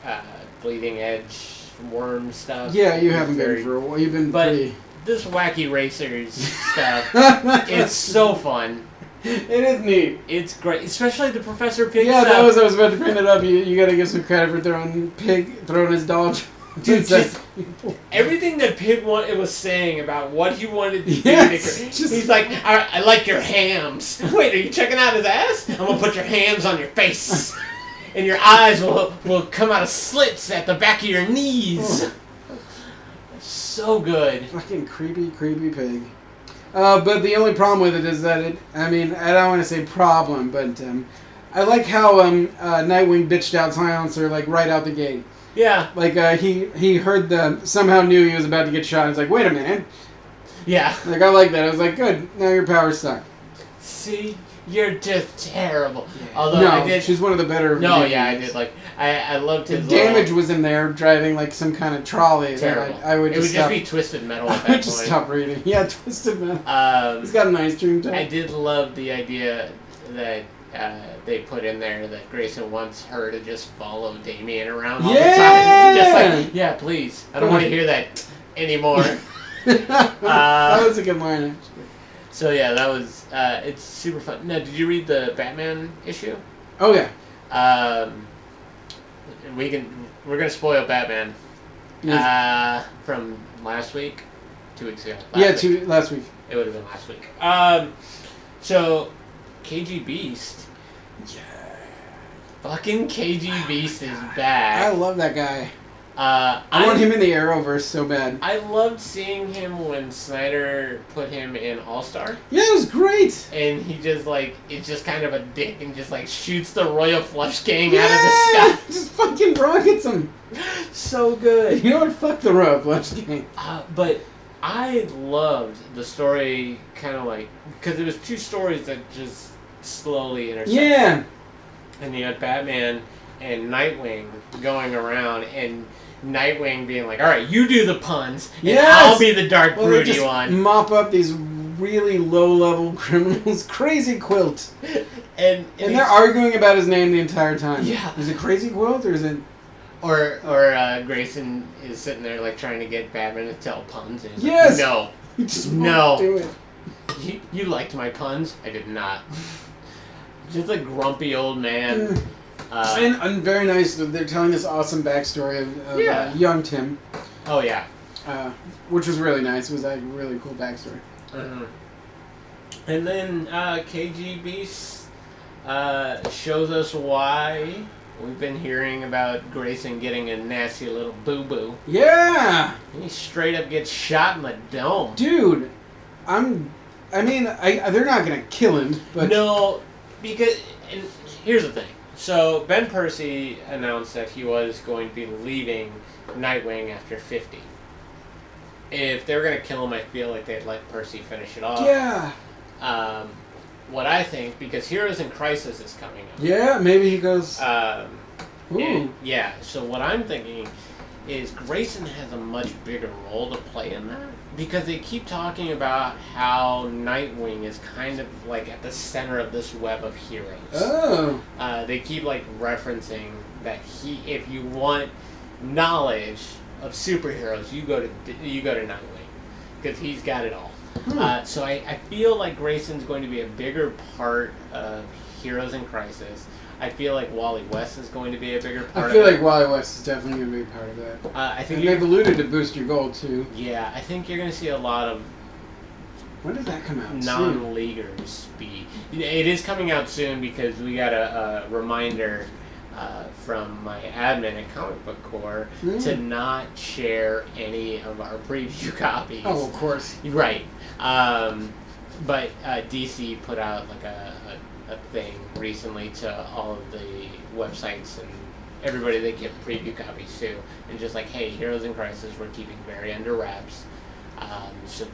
uh, bleeding edge worm stuff. Yeah, you haven't uh, Very- been for a while. You've been But- pretty. <laughs> this wacky racers stuff. It's it's so fun. it is neat. It's great, especially the Professor Pig Yeah, stuff. that was I was about to bring that up. You, you gotta give some credit for throwing pig throwing his <laughs> doll. Dude, inside just- people. Everything that Pig wa- it was saying about what he wanted to Yes, do. to- just- He's like, I, I like your hams. <laughs> Wait, are you checking out his ass? I'm gonna put your hams on your <laughs> face, and your eyes will will come out of slits at the back of your knees. Oh. So good. fucking creepy, creepy pig. Uh, but the only problem with it is that it. I mean, I don't want to say problem, but um, I like how um, uh, Nightwing bitched out Silencer like right out the gate. Yeah, Like uh, he he heard the somehow knew he was about to get shot. He's like, wait a minute. yeah. Like I like that. I was like, good. Now your powers suck. See, you're just terrible. Although no, I did. she's one of the better. no, villains. yeah, I did. Like, I I loved The his damage little- was in there driving like some kind of trolley. that terrible. I, I would it just would stop. just be twisted metal <laughs> I at would that just point. stop reading. Yeah, <laughs> twisted metal. Um, He's got an ice cream I tank. did love the idea that uh, they put in there that Grayson wants her to just follow Damien around all the time. Just like, yeah, please. I don't want to hear that <laughs> anymore. that was a good line. Actually. so yeah, that was uh, it's super fun. Now, did you read the Batman issue? Oh yeah. Uh, Um, we can we're gonna spoil Batman Yeah, uh, from last week, two weeks ago. Last yeah week. two last week. It would have been last week. Um, so KG Beast. Fucking KG Beast is I back. love that guy. Uh, I want I, him in the Arrowverse so bad. I loved seeing him when Snyder put him in All Star, Yeah, it was great. and he just like is just kind of a dick and just like shoots the Royal Flush Gang yeah, out of the sky. <laughs> just fucking rockets him. So good. You know what? Fuck the rope. Let's game. <laughs> Uh, but I loved the story, kind of like because it was two stories that just slowly intersected. Yeah. and you had Batman and Nightwing going around and Nightwing being like, "All right, you do the puns, and Yes! I'll be the dark Well, they broody just <laughs> one." mop up these really low-level <laughs> criminals. Crazy Quilt. And, And they're arguing about his name the entire time. Yeah. Is it Crazy Quilt or is it? or or uh, Grayson is sitting there like trying to get Batman to tell puns. And he's like, Yes! no, He just No. won't do it. you, you liked my puns. I did not. <laughs> Just a grumpy old Mm. man. Uh, and i very nice. that They're telling this awesome backstory of, of Yeah. uh, young Tim, oh yeah. uh, which was really nice. It was a really cool backstory. Mhm. And then uh, KGB uh, shows us why We've been hearing about Grayson getting a nasty little boo boo. Yeah, He straight up gets shot in the dome. dude. I'm. I mean, I, they're not gonna kill him, but no, because and here's the thing. So Ben Percy announced that he was going to be leaving Nightwing after fifty. If they were going to kill him, I feel like they'd let Percy finish it off. yeah, Um, what I think, because Heroes in Crisis is coming up. yeah. Maybe he goes. Um, Ooh, and- yeah. So what I'm thinking is Grayson has a much bigger role to play in that because they keep talking about how Nightwing is kind of like at the center of this web of heroes. oh, Uh, they keep like referencing that he, if you want knowledge of superheroes, you go to you go to Nightwing because he's got it all. Hmm. Uh, so I, I feel like Grayson's going to be a bigger part of Heroes in Crisis. I feel like Wally West is going to be a bigger part. I feel of like Wally West is definitely gonna be a part of that. it. Uh, I think And you're, they've alluded to Boost Your Gold too. yeah, I think you're going to see a lot of When did that come out? Soon. non-leaguers be. It is coming out soon because we got a, a reminder uh, from my admin at Comic Book Core Mm. to not share any of our preview <laughs> copies. Oh, of course. Right. Um, but uh, DC put out like a, a, a thing recently to all of the websites and everybody they give preview copies to, and just like, hey, Heroes in Crisis, we're keeping very under wraps. Um, so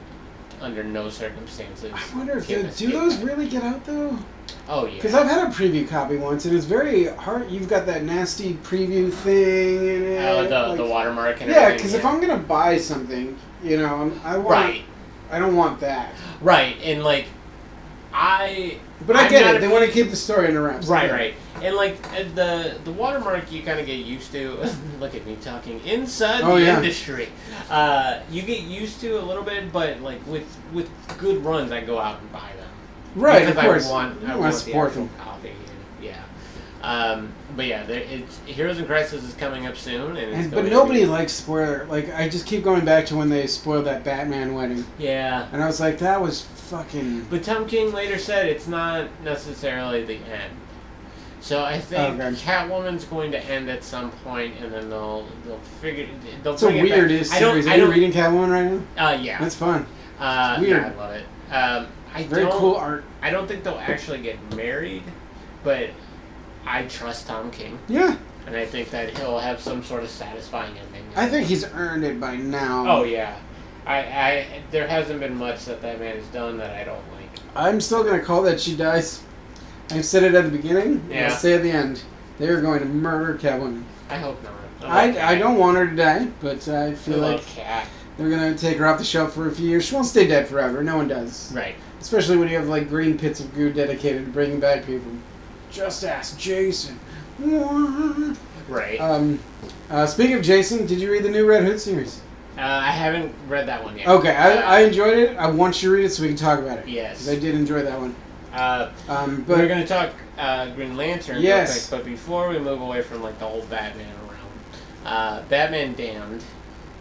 under no circumstances. I wonder if the, can this do get those back. really get out though? Oh Because yeah. I've had a preview copy once, and it's very hard. You've got that nasty preview thing in it. Oh, the, like- the watermark and Yeah, everything, because if I'm gonna buy something, you know, I'm, I want. right, I don't want that. right, and like, I But I I'm get not it. a- They want to keep the story in wraps. Right, right. And like uh, the the watermark, you kind of get used to. <laughs> look at me talking inside Oh, the yeah. industry. Uh, you get used to a little bit, but like with with good runs, I go out and buy them. Right, because of course. I want You I wanna want support the actual them. copy. And, yeah. Um, but yeah, there, it's Heroes in Crisis is coming up soon, and, it's And, but going to nobody be- likes spoiler. Like I just keep going back to when they spoiled that Batman wedding, yeah. and I was like, that was fucking. But Tom King later said it's not necessarily the end. So I think Okay. Catwoman's going to end at some point, and then they'll they'll figure they'll It's a bring it back. weirdest I don't. series. I Are you don't. reading Catwoman right now? uh, yeah. That's fun. uh, weird. yeah, I love it. Um, I Very don't, cool art. I don't think they'll actually get married, but I trust Tom King, Yeah, and I think that he'll have some sort of satisfying ending. I think he's earned it by now. Oh yeah. I, I there hasn't been much that that man has done that I don't like. I'm still gonna call that she dies. I've said it at the beginning. and Yeah. I'll say at the end. They are going to murder Catwoman. I hope not. I, I don't want her to die, but I Oh. I feel like love cat. they're gonna take her off the shelf for a few years. She won't stay dead forever. No one does. Right. Especially when you have like green pits of goo dedicated to bringing back people. Just ask Jason. Um. Right. uh, speaking of Jason, did you read the new Red Hood series? Uh, I haven't read that one yet. Okay, I, I Uh, enjoyed it. I want you to read it so we can talk about it. yes. 'Cause I did enjoy that one. Uh, Um, we're but going to talk uh, Green Lantern real Yes. quick, but before we move away from like the whole Batman realm, uh, Batman Damned.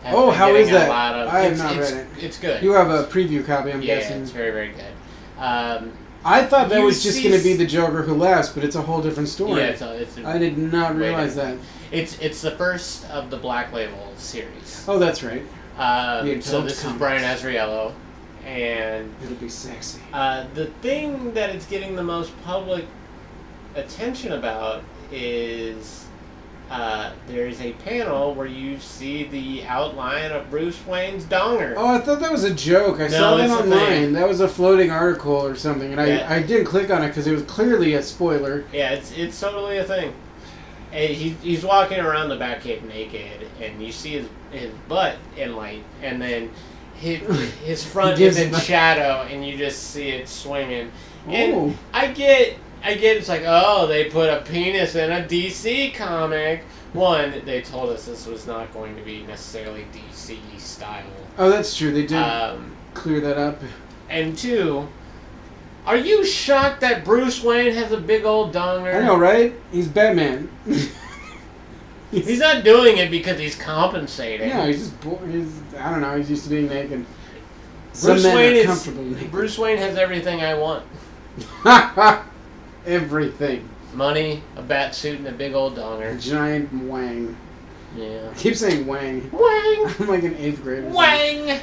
has Oh, been how getting is A that? lot of, I have it's- not it's- read it. It's good. you have a preview copy, I'm yeah, guessing. it's very very good. Um, I thought that You was just see- going to be the Joker who laughs, but it's a whole different story. yeah, it's a, it's, a- I did not Wait a realize that. it's it's the first of the Black Label series. Oh, that's right. Um, so adult this is comics. Brian Azriello, and It'll be sexy. Uh, the thing that it's getting the most public attention about is uh, there is a panel where you see the outline of Bruce Wayne's donger. Oh, I thought that was a joke. I No, saw that it's a online. thing. That was a floating article or something, and Yeah. I, I didn't click on it because it was clearly a spoiler. Yeah, it's it's totally a thing. And he, he's walking around the Batcave naked, and you see his, his butt in light, and then <laughs> his, his front He gives is in him a- shadow, and you just see it swinging. And Oh. I get, I get, it's like, oh, they put a penis in a DC comic. One, they told us this was not going to be necessarily DC style. Oh, that's true. They did Um, clear that up. and two, are you shocked that Bruce Wayne has a big old donger? I know, right? He's <laughs> Batman. He's not doing it because he's compensating. Yeah, he's just bo He's, I don't know. He's used to being naked. Some Bruce men Wayne are <laughs> is- comfortable naked. Bruce Wayne has everything I want. Everything. Money, a bat suit, and a big old donger. Giant wang. Yeah. I keep saying wang. <laughs> Wang! I'm like an eighth grader. Wang!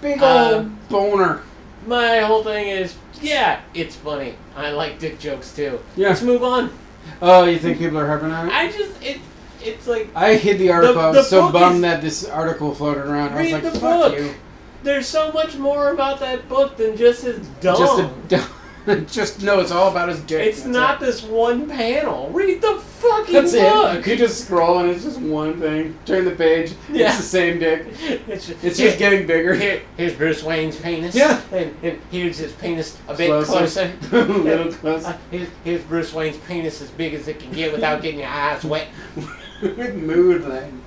Big Uh, old boner. My whole thing is, yeah, it's funny. I like dick jokes too. Yeah. Let's move on. Oh, you think people are harping on it? I just, it, it's like, I hid the article. I the was so book bummed is- that this article floated around. I was Read like, the fuck book. you. there's so much more about that book than just his dome. Just a, <laughs> just no. It's all about his dick. it's That's not it. this one panel. Read the fucking That's it. book. <laughs> You just scroll and it's just one thing. Turn the page. It's Yeah. the same dick. It's just, It's just getting bigger. here, here's Bruce Wayne's penis. Yeah. And, and here's his penis <laughs> a bit Closer. A closer. little closer. <laughs> Uh, here's, here's Bruce Wayne's penis as big as it can get without getting your <laughs> eyes wet. With mood line.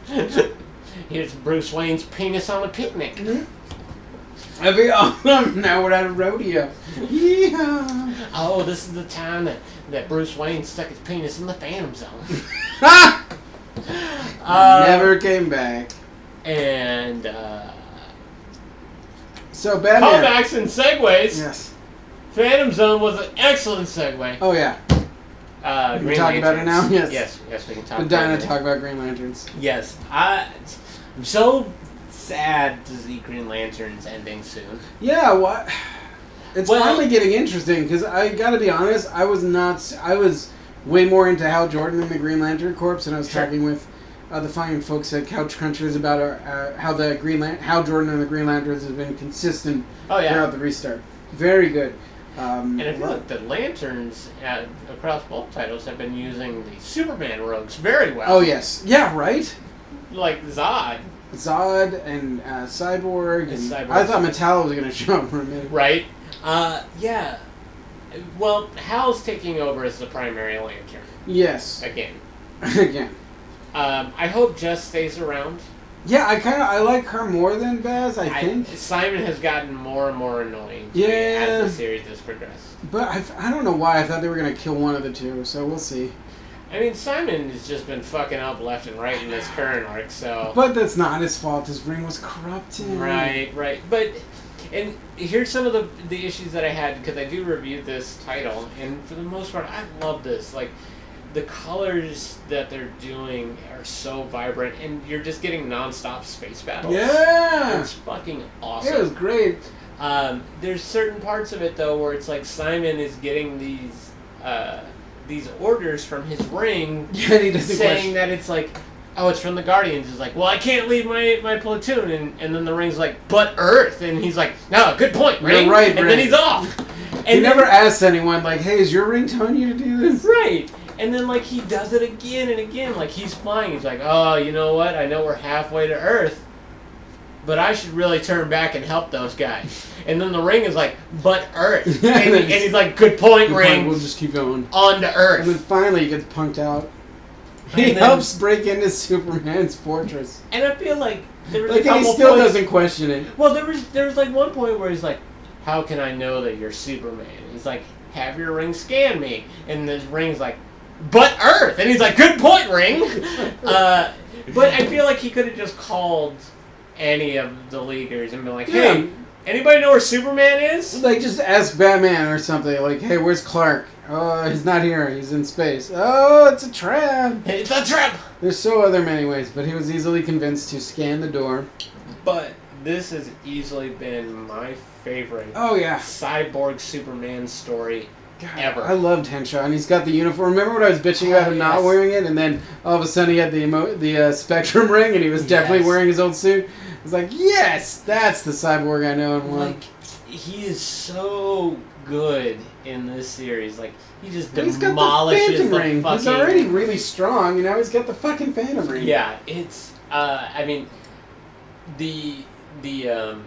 Here's Bruce Wayne's penis on a picnic. I'd <laughs> be awesome. Now we're at a rodeo. Yeah. Oh, this is the time that, that Bruce Wayne stuck his penis in the <laughs> Phantom Zone. Ah! Uh, Never came back. And uh, So Batman. callbacks and segues. Yes. Phantom Zone was an excellent segue. Oh yeah. Uh, we Green talk about it now? Lanterns. Yes. Yes. Yes, we can talk. The about Dinah it. talk about Green Lanterns. Yes, I, I'm so sad to see Green Lanterns ending soon. Yeah. What? It's Well- finally getting interesting because I gotta be honest. I was not. s- I was way more into Hal Jordan and the Green Lantern Corps, and I was Sure. talking with. Uh, the fine folks at Couch Crunchers about our, uh, how the Green Lan- how Jordan and the Green Lanterns has been consistent Oh yeah. throughout the restart. Very good. Um, And if you look, the lanterns at, across both titles have been using the Superman rogues very well. Oh yes, yeah, right. Like Zod, Zod and uh, Cyborg. And It's Cyborg. I thought Metallo was gonna <laughs> show up for a minute. right? Uh, yeah. Well, Hal's taking over as the primary lantern Yes, <laughs> again. again. Um, I hope Jess stays around. Yeah, I kind of I like her more than Baz. I I- think, Simon has gotten more and more annoying to me Yeah. as the series has progressed. but I, I don't know why I thought they were gonna kill one of the two. So we'll see. I mean, Simon has just been fucking up left and right in this current arc, so. But that's not his fault. His ring was corrupted. Right, right. But and here's some of the the issues that I had because I do review this title, and for the most part, I love this. Like the colors that they're doing are so vibrant, and you're just getting nonstop space battles. Yeah. It's fucking It was awesome. great. <laughs> Um, there's certain parts of it though where it's like Simon is getting these uh, these orders from his ring Yeah, he doesn't saying question. that it's like, oh, it's from the Guardians. He's like, well, I can't leave my, my platoon, and, and then the ring's like, but Earth, and he's like, no, good point, You're ring, right, and Ring. then he's off. And He then- never asked anyone like, "Hey, is your ring telling you to do this?" right, and then like he does it again and again, like he's flying. He's like, oh, you know what? I know we're halfway to Earth. But I should really turn back and help those <laughs> guys. And then the ring is like, but Earth. And, he- and he's like, good point, Good point, <laughs> ring, We'll just keep going. on to And then Earth. finally he gets punked out. He And then- helps break into Superman's fortress. And I feel like there was a Like, and he couple still points- doesn't question it. Well, there was there was like one point where he's like, "How can I know that you're Superman?" He's like, "Have your ring scan me," and this ring's like, "But Earth," and he's like, "Good point, <laughs> ring." uh, but I feel like he could have just called any of the leaguers and been like, "Hey, anybody know where Superman is?" Like, just ask Batman or something. Like, hey, where's Clark? Oh, he's not here. He's in space. Oh, it's a trap. It's a trap. There's so other many ways, but he was easily convinced to scan the door. But this has easily been my favorite Oh, yeah. cyborg Superman story. God, Ever. I loved Henshaw, and he's got the uniform. Remember when I was bitching about Oh, him not yes. wearing it, and then all of a sudden he had the emo- the uh, Spectrum <laughs> ring, and he was definitely Yes. wearing his old suit. I was like, yes, that's the cyborg I know and want. Like he is so good in this series. Like he just He's got the demolishes Phantom the Ring. fucking. He's already really strong, and now he's got the fucking Phantom Ring. Yeah, it's. Uh, I mean, the the um,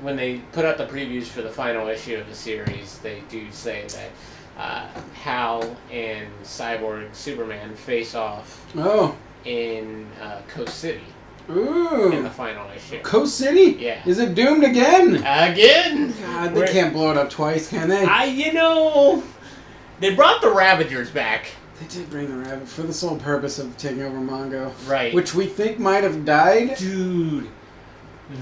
when they put out the previews for the final issue of the series, they do say that uh, Hal and Cyborg Superman face off Oh. in uh, Coast City in the Ooh. final issue Coast City? Yeah. Is it doomed again? again. God, they We're- can't blow it up twice, can they? I you know, they brought the Ravagers back. They did bring the rabbit for the sole purpose of taking over Mongo. Right. Which we think might have died. Dude,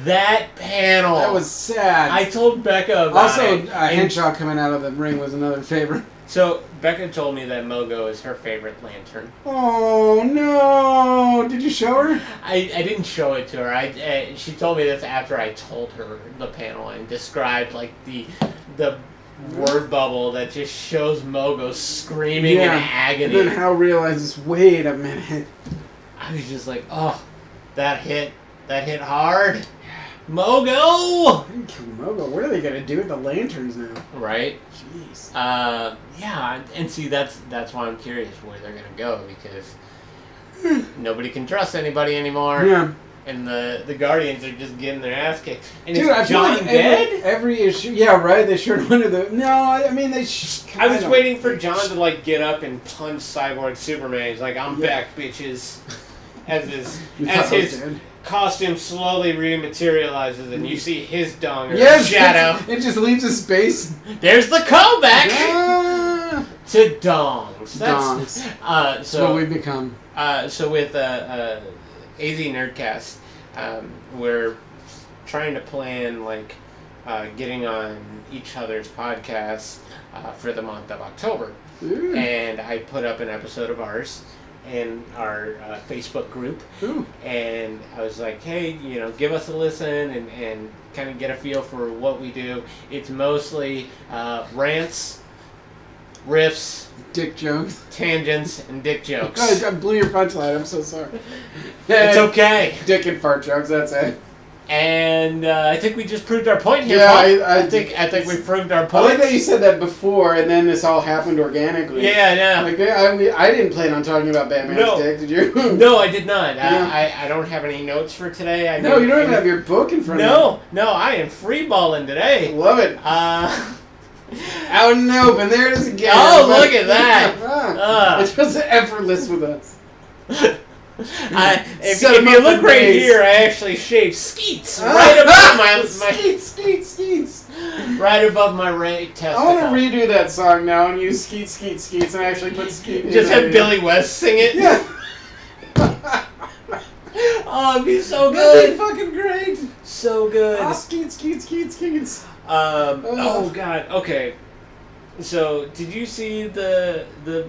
That panel. That was sad. Oh. I told Becca about also, it, uh, and Henshaw coming out of the ring was another favorite. so Becca told me that Mogo is her favorite lantern. Oh no! Did you show her? I, I didn't show it to her. I, uh she told me this after I told her the panel and described like the the word bubble that just shows Mogo screaming Yeah. in And agony. then Hal realizes, wait a minute. I was just like, oh, that hit that hit hard, Mogo. I didn't kill Mogo. What are they gonna do with the lanterns now? Right. Jeez. Uh, yeah, and see that's that's why I'm curious where they're gonna go because nobody can trust anybody anymore, Hmm. Yeah, and the the Guardians are just getting their ass kicked. And dude. is I feel John like dead? every, every issue. Yeah, right. They sure wanted the. No, I I mean they. Sh- I was don't- waiting for John to like get up and punch Cyborg Superman. He's like, "I'm Yeah. <laughs> back, bitches," as his You thought as I was his <laughs> dead. costume slowly rematerializes, and you see his dong or Mm-hmm. Yes, shadow. it's- It just leaves a space. There's the callback Ah, to dongs. That's Dongs. Uh, That's what so we've become. uh, so with uh, uh, AZ Nerdcast, um, we're trying to plan like uh, getting on each other's podcasts uh, for the month of October. Ooh. and I put up an episode of ours in our uh, Facebook group, Ooh. and I was like, hey, you know, give us a listen and, and kind of get a feel for what we do. It's mostly uh, rants, riffs, Dick jokes. tangents, and dick jokes. God, I blew your punchline. I'm so sorry. It's Yeah, okay, Dick and fart jokes. That's it. and uh, I think we just proved our point here. Yeah, Paul. I- I- think I think we proved our I point. like that you said that before, and then this all happened organically. yeah, yeah. Like I, we- I didn't plan on talking about Batman's No. dick. Did you? no, I did not. Uh, Yeah. I, I, I don't have any notes for today. I No, you don't even I- have your book in front of No, no, I am free balling you. today. Love it. Uh, <laughs> Out in the open. There it is again. Oh, look at that. Ah, Ah. it's just effortless with us. <laughs> I, if, Set if him you up look for right days. here, I actually shaved skeets right Ah, above <laughs> ah, my, skeet, skeet, skeets. my right above my right I want to testicle. redo that song now and use skeet, skeet, skeets and actually put skeet. in Just there. have Billy West sing it. <laughs> Yeah. Ah, Oh, it'd be so That'd be good, fucking great. so good. Ah, skeet, skeet, skeet, skeets. Um, oh Oh. God. Okay. So, did you see the the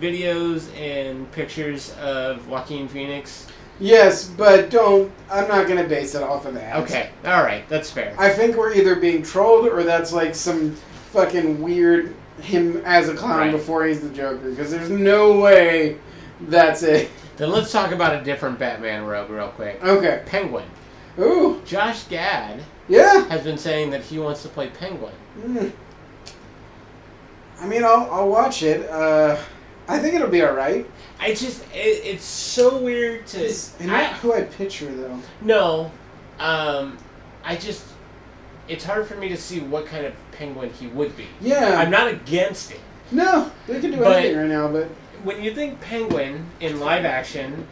videos and pictures of Joaquin Phoenix? Yes, but don't. I'm not gonna base it off of that. Okay. All right. That's fair. I think we're either being trolled or that's like some fucking weird him as a clown Right. before he's the Joker. Because there's no way that's it. Then let's talk about a different Batman rogue real quick. Okay. Penguin. Ooh. Josh Gad Yeah. has been saying that he wants to play Penguin. Mm. I mean, I'll, I'll watch it. Uh, I think it'll be all right. I just it, it's so weird to It's not I, who I picture though. no, um, I just it's hard for me to see what kind of Penguin he would be. Yeah. I'm not against it. no, they can do But- anything right now. But When you think Penguin in live action,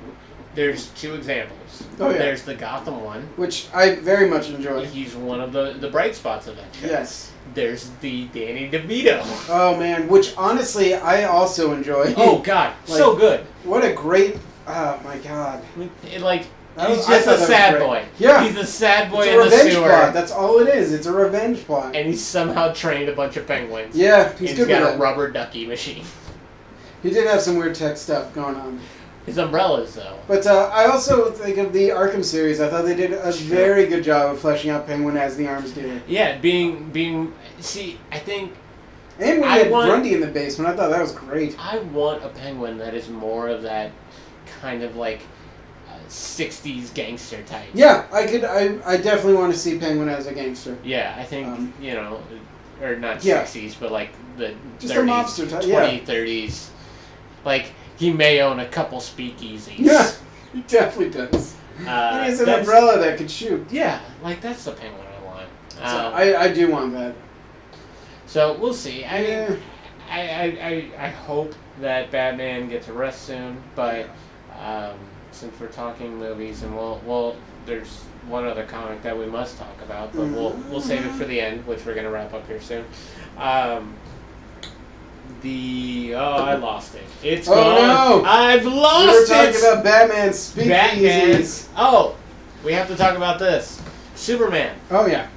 there's two examples. Oh, yeah. There's the Gotham one. which I very much enjoy. He's one of the the bright spots of that show. Yes. There's the Danny DeVito. Oh man, which honestly I also enjoy. Oh God, so Like- good. <laughs> what a great! Oh my god. It, like That he's was- Oh, I just thought that a was sad great. boy. Yeah. he's a sad boy it's in a the revenge sewer, plot. That's all it is. It's a revenge plot. and he's somehow trained a bunch of penguins. yeah, And he's he's good got with a it. rubber ducky machine. He did have some weird tech stuff going on. His umbrellas, though. But uh, I also think of the Arkham series. I thought they did a Sure. very good job of fleshing out Penguin as the arms dealer. Yeah, being being. See, I think And when I he had want- Grundy in the basement, I thought that was great. I want a penguin that is more of that kind of like uh, '60s gangster type. Yeah, I could. I, I definitely want to see Penguin as a gangster. <laughs> Yeah, I think Um, you know, or not Yeah. '60s, but like the Just a 30s, mobster type, yeah. 20, 30s. Like he may own a couple speakeasies. Yeah, he definitely does. Uh, he has an that's- umbrella that could shoot. Yeah, like that's the penguin I want. So Um, so, I, I do want that. we'll see. I Yeah. mean, I, I, I, I hope that Batman gets a rest soon, but um, since we're talking movies and we'll, we'll there's one other comic that we must talk about, but we'll we'll save it for the end, which we're gonna wrap up here soon. Um, the oh, I lost it. It's Oh, gone. no. I've we were lost talking it. about Batman speaking. Batman. Oh, we have to talk about this. Superman, Oh yeah.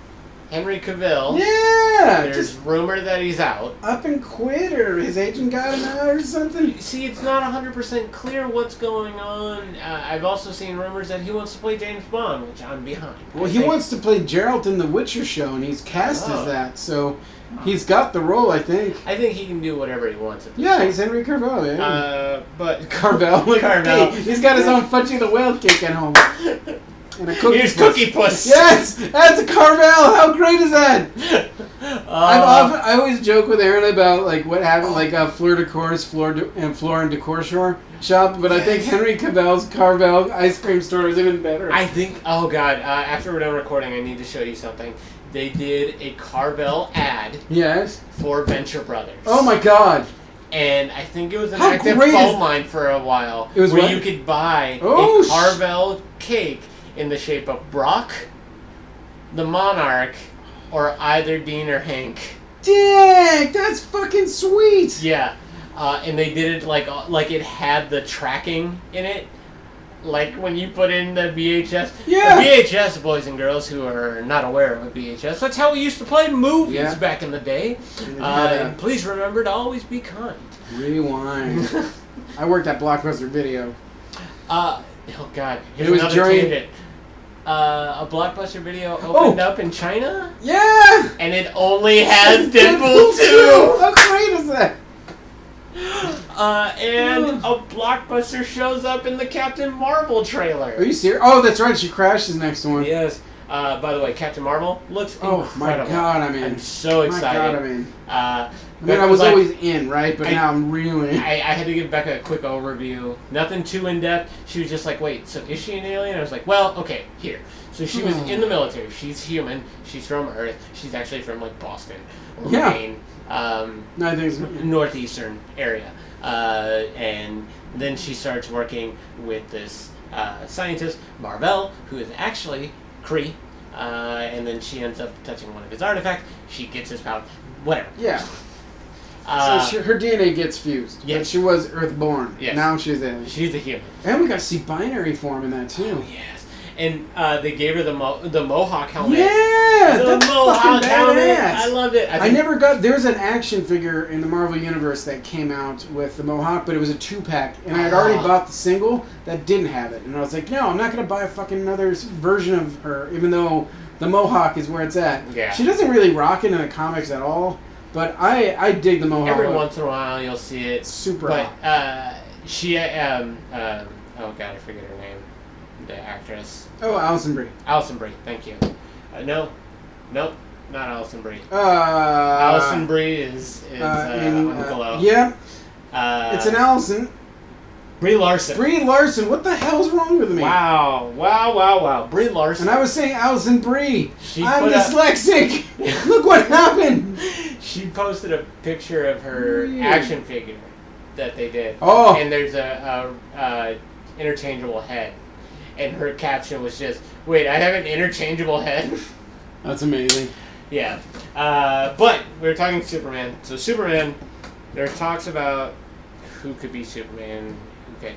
Henry Cavill. Yeah. There's Just rumor that he's out. up and quit, or his agent got him out, or something. See, it's not 100% clear what's going on. Uh, I've also seen rumors that he wants to play James Bond, which I'm behind. Well, I he think- wants to play Geralt in the Witcher show, and he's cast Oh. as that, so he's got the role, I think. I think he can do whatever he wants at this Yeah, he's Henry Carvel. Yeah. Uh, <laughs> but Carvel. Like, <laughs> Carvel. Hey, he's got his <laughs> own Fudgy the Whale cake at home. And a here's Cookie Puss. Yes, that's a Carvel. How great is that? Uh, I've often, I always joke with Aaron about like what happened, like a Fleur de Cour's Fleur de, and Fleur and Decor Shore shop, but I think Henry Cavell's Carvel ice cream store is even better. I think. Oh God! Uh, after we're done recording, I need to show you something. They did a Carvel ad yes. for Venture Brothers. Oh my God. And I think it was an How active great phone is- line for a while, It was where what? you could buy Oh, a sh- Carvel cake in the shape of Brock, the Monarch, or either Dean or Hank. Dick, that's fucking sweet. Yeah, uh, and they did it like uh, like it had the tracking in it, like when you put in the VHS. Yeah. The VHS boys and girls who are not aware of a VHS. That's how we used to play movies Yeah. back in the day. And Uh, had and please remember to always <laughs> be kind. a <laughs> rewind. I worked at Blockbuster Video. uh, oh God, here's It was another during- tangent. Uh, a blockbuster video opened Oh. up in China, Yeah. and it only has <laughs> Deadpool two. How great is that? Uh, and a blockbuster shows up in the Captain Marvel trailer. Are you serious? Oh, that's right. She crashes next one. Yes. Uh, by the way, Captain Marvel looks Oh incredible. my god, I'm in. I'm so excited. My god, I'm in. uh, I mean, I Becca was like- always in, right? But I- now I'm really in. <laughs> I, I had to give Becca a quick overview. Nothing too in depth. She was just like, "Wait, so is she an alien?" I was like, "Well, okay, here." So she was Hmm. in the military. She's human. She's from Earth. She's actually from like Boston, or Yeah. Maine, um, No, I think it's- northeastern area. Uh, and then she starts working with this uh, scientist, Marvell, who is actually Cree. Uh, and then she ends up touching one of his artifacts. She gets his power. Whatever. yeah. Uh, so she, her DNA gets fused. yes. But she was Earthborn. Yes. Now she's in. she's a human. And we got to see binary form in that too. Yes. And uh, they gave her the mo- the mohawk helmet. Yeah, the that's mohawk fucking helmet. badass. I loved it. I, I think- never got. There's an action figure in the Marvel Universe that came out with the Mohawk, but it was a two pack, and I had already Ah. bought the single that didn't have it, and I was like, no, I'm not gonna buy a fucking another s- version of her, even though the Mohawk is where it's at. Yeah. She doesn't really rock it in the comics at all, but I I dig the Mohawk. every look. once in a while you'll see it. Super But uh, she um, um oh god I forget her name, the actress Oh, Allison Brie. Allison Brie. Thank you. Uh, no, nope, not Allison Brie. Uh, Allison Brie is is uh, Uh, in, Uncle uh, O. yeah, Uh, it's an Allison. Brie Larson. Brie Larson. What the hell's wrong with me? Wow! Wow! Wow! Wow! Brie Larson. And I was saying Allison Brie. She I'm put up- <laughs> dyslexic. Look what happened. she posted a picture of her Weird. action figure that they did. Oh. And there's a, a, uh interchangeable head. And her caption was just, wait, I have an interchangeable head? <laughs> That's amazing. yeah. Uh, but we were talking Superman. So Superman, there are talks about who could be Superman. Okay.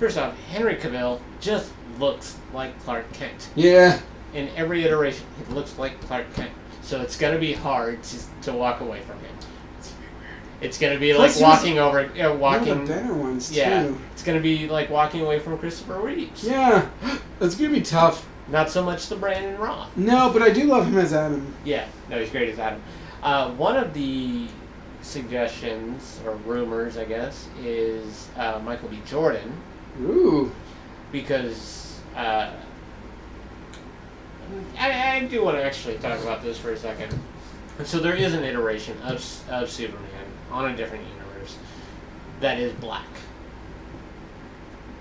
First off, Henry Cavill just looks like Clark Kent. Yeah. In every iteration, he looks like Clark Kent. So it's gonna be hard to, to walk away from him. It's gonna be Plus like he was- walking over, uh, One of the walking. better ones Yeah, too. it's gonna be like walking away from Christopher Reeves. Yeah. That's gonna be tough. Not so much the Brandon Roth. No, but I do love him as Adam. Yeah, no, he's great as Adam. Uh, one of the suggestions or rumors, I guess, is uh, Michael B. Jordan Ooh. because uh, I, I do want to actually talk about this for a second. So there is an iteration of of Superman on a different universe that is black.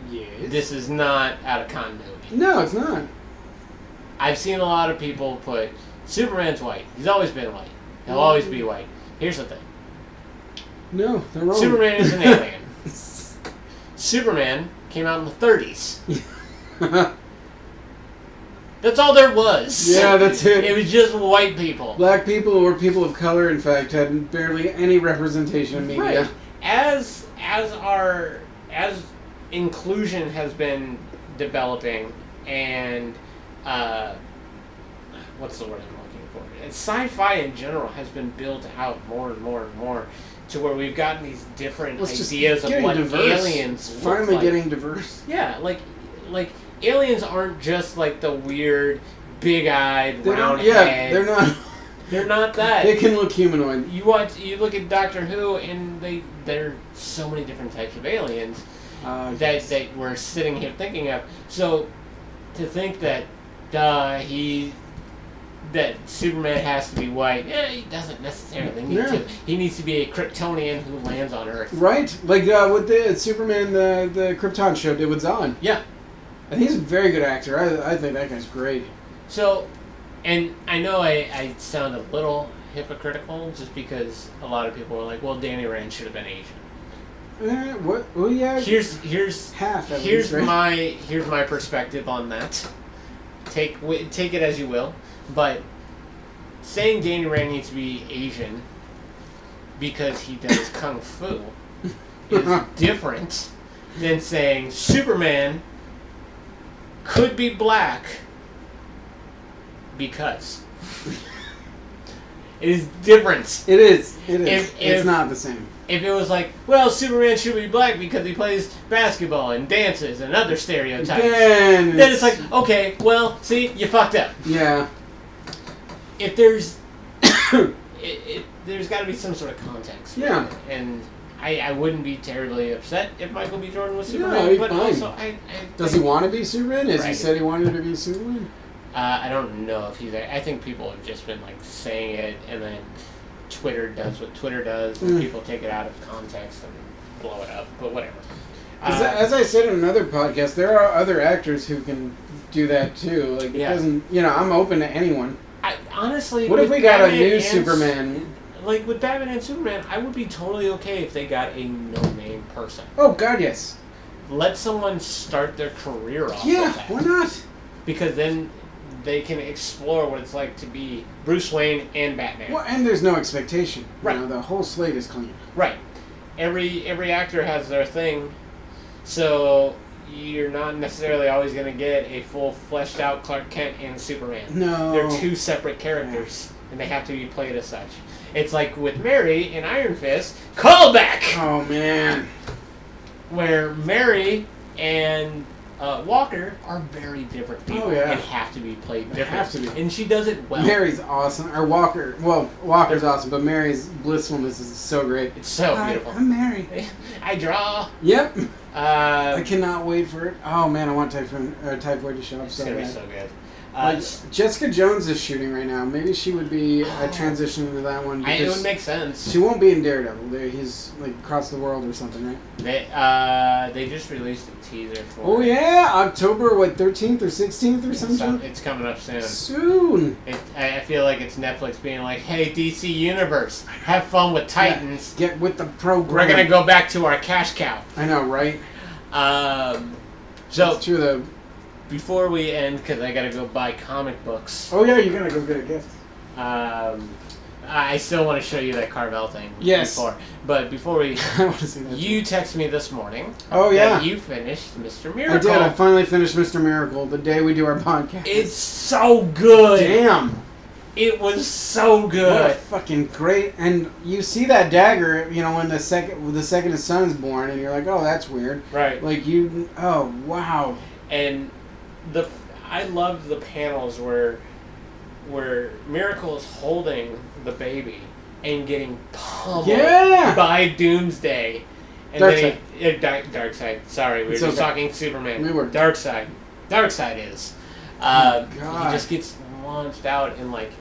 Yes. This is not out of continuity. No, it's not. I've seen a lot of people put Superman's white. He's always been white. He'll always be white. Here's the thing. No, they're wrong. Superman is an alien. Superman came out in the 30s. That's all there was. Yeah, that's it. It was just white people. <laughs> Black people or people of color, in fact, had barely any representation in media. Right. As as our as inclusion has been developing and uh, what's the word I'm looking for? And sci-fi in general has been built out more and more and more to where we've gotten these different Let's just ideas of getting what diverse. aliens look Finally like. getting diverse. Yeah, like like aliens aren't just like the weird big-eyed They're round not, yeah, head. they're not. <laughs> They're not that. They can look humanoid. you watch you look at Doctor Who and they there're so many different types of aliens Uh, that that we're sitting here thinking of. So to think that duh he that Superman has to be white, yeah, he doesn't necessarily need Yeah. to. He needs to be a Kryptonian who lands on Earth. Right, like uh, what the Superman the the Krypton show did with Zahn. Yeah. And he's a very good actor. I, I think that guy's great. So and I know I, I sound a little hypocritical just because a lot of people are like, Well Danny Rand should have been Asian. Eh, what? Oh yeah. Here's here's half. At here's least, right? my here's my perspective on that. Take wi- take it as you will, but saying Danny Rand needs to be Asian because he <coughs> does kung fu is <laughs> different than saying Superman could be black <laughs> because it is different. It is. It is. If- it's if- not the same. If it was like, well, Superman should be black because he plays basketball and dances and other stereotypes. Then, Then it's like, okay, well, see, you fucked up. yeah, If there's, <coughs> it, it, there's got to be some sort of context. for Yeah. it. And I, I wouldn't be terribly upset if Michael B. Jordan was No, Superman, he'd be but fine. also I, I does he think- want to be Superman? As he Right. said he wanted to be Superman. Uh, I don't know if he's. I think people have just been like saying it, and then Twitter does what Twitter does, and Mm. people take it out of context and blow it up. But whatever. 'Cause Uh, as I said in another podcast, there are other actors who can do that too. Like Yeah. it doesn't. You know, I'm open to anyone. I, honestly, What if with we got a Batman new and Superman? like with Batman and Superman, I would be totally okay if they got a no name person. Oh God, yes. Let someone start their career off. Yeah, why with that. not? because then they can explore what it's like to be Bruce Wayne and Batman. Well, and there's no expectation. Right. You know, the whole slate is clean. Right. Every every actor has their thing, so you're not necessarily always going to get a full fleshed out Clark Kent and Superman. No. They're two separate characters, and they have to be played as such. It's like with Mary in Iron Fist, callback, Oh man. where Mary and uh, Walker are very different people Oh, yeah. and have to be played They different. have to be. And she does it well. Mary's awesome. Or Walker. Well, Walker's awesome, but Mary's blissfulness is so great. It's so Hi, beautiful. I'm Mary. <laughs> I draw. Yep. I Uh, cannot wait for it. Oh man, I want Typhoon or Typhoid to show up it's so gonna be bad. so good. Uh, Like, Jessica Jones is shooting right now. Maybe she would be a <gasps> Oh. transition to that one I, it because would make sense. she won't be in Daredevil. There, he's like across the world or something, right? They uh, they just released a teaser for. Oh it. yeah, October what thirteenth or sixteenth or It's, com- something. it's coming up soon. Soon. It, I I feel like it's Netflix being like, "Hey, DC Universe, have fun with Titans. Get with the program. We're gonna go back to our cash cow." I know, right? Um, so That's true though. before we end, because I gotta go buy comic books. Oh yeah, you're gonna go get a gift. Um, I I still want to show you that Carvel thing. Yes. Before, but before we, <laughs> I want to see that. you text me this morning. oh yeah, That you finished Mr. I Miracle. did. I finally finished Mr. Miracle the day we do our podcast. It's so good. damn. It was so What a good. fucking great! And you see that dagger, you know, when the second when the second his son's born, and you're like, oh, that's weird. Right. Like you, oh wow, and the I loved the panels where where Miracle is holding the baby and getting pummeled Yeah! by Doomsday. And Darkseid. then he, uh, dark, dark side. Sorry, we were It's just okay. talking Superman. We were. Oh, Dark side. Dark side is. Uh, God. He just gets launched out and like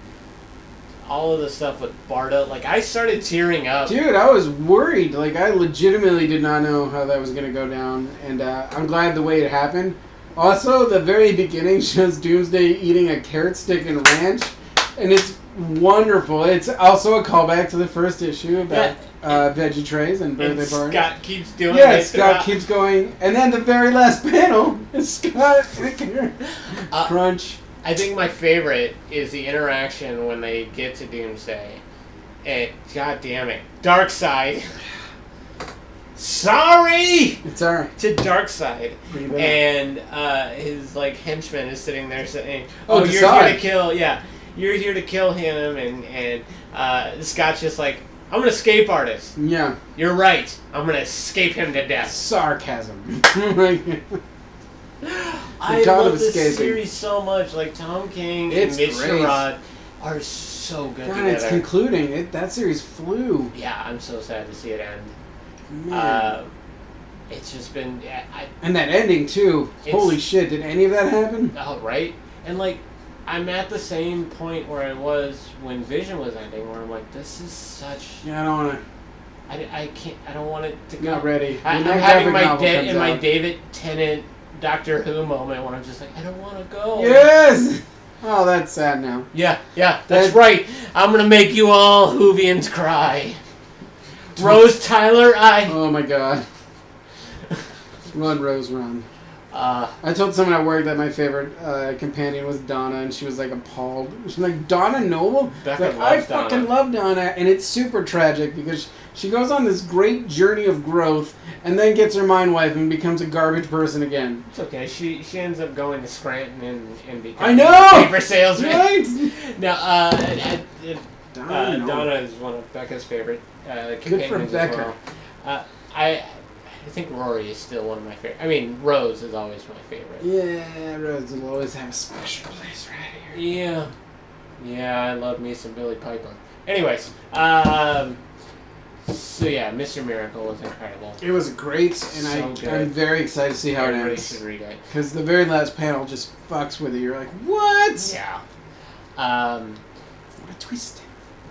all of the stuff with Barda. Like I started tearing up. dude, I was worried. Like I legitimately did not know how that was gonna go down, and uh, I'm glad the way it happened. Also, the very beginning <laughs> shows Doomsday eating a carrot stick and ranch, and it's wonderful. It's also a callback to the first issue about uh, veggie trays and and birthday parties. Scott keeps doing Yeah, it Scott throughout. keeps going, and then the very last <laughs> panel is Scott Uh, crunch. I think my favorite is the interaction when they get to Doomsday. And god damn it, Dark Side sorry It's alright. to Darkseid. Pretty bad. And uh, his like henchman is sitting there saying, Oh, "Oh, to you're Side. here to kill. Yeah, you're here to kill him." And and uh, Scott's just like, "I'm an escape artist. yeah. You're right. I'm gonna escape him to death." Sarcasm. <laughs> Like, I God love of this escaping. series so much. Like Tom King It's and Mitch great. Sherrod are so good God, it's together. concluding. It, that series flew. yeah, I'm so sad to see it end. Man. Uh, it's just been, yeah, I, and that ending too. It's- Holy shit! Did any of that happen? Oh, right? And, like, I'm at the same point where I was when Vision was ending, where I'm like, this is such. Yeah, I don't want I, I can't. I don't want it to to. go. Not ready. I, When I'm that having graphic my, novel da- comes in my out- David Tennant Doctor Who moment where I'm just like, I don't want to go. Yes. Oh, that's sad now. Yeah, yeah, that's That- right. I'm going to make you all Hoovians cry. Rose Tyler, I. Oh my god. Run, Rose, run. Uh, I told someone at work that my favorite uh, companion was Donna, and she was like appalled. She's like, Donna Noble? Becca like, I loves Donna." fucking love Donna, and it's super tragic because she goes on this great journey of growth and then gets her mind wiped and becomes a garbage person again. it's okay. She she ends up going to Scranton and, and I becoming know! a paper salesman. Right? Now, uh, I- I- Donna Uh, Noble. Donna is one of Becca's favorite uh, companions Good for Becca. as well. Uh, I, I think Rory is still one of my favorite. I mean, Rose is always my favorite. Yeah, Rose will always have a special place right here. Yeah, yeah, I love me some Billy Piper. Anyways, um, so yeah, Mr. Miracle was incredible. It was great, and So I, I'm good. very excited to see how it Everybody ends. should read it. Because the very last panel just fucks with it. You're like, what? Yeah. Um, What a twist.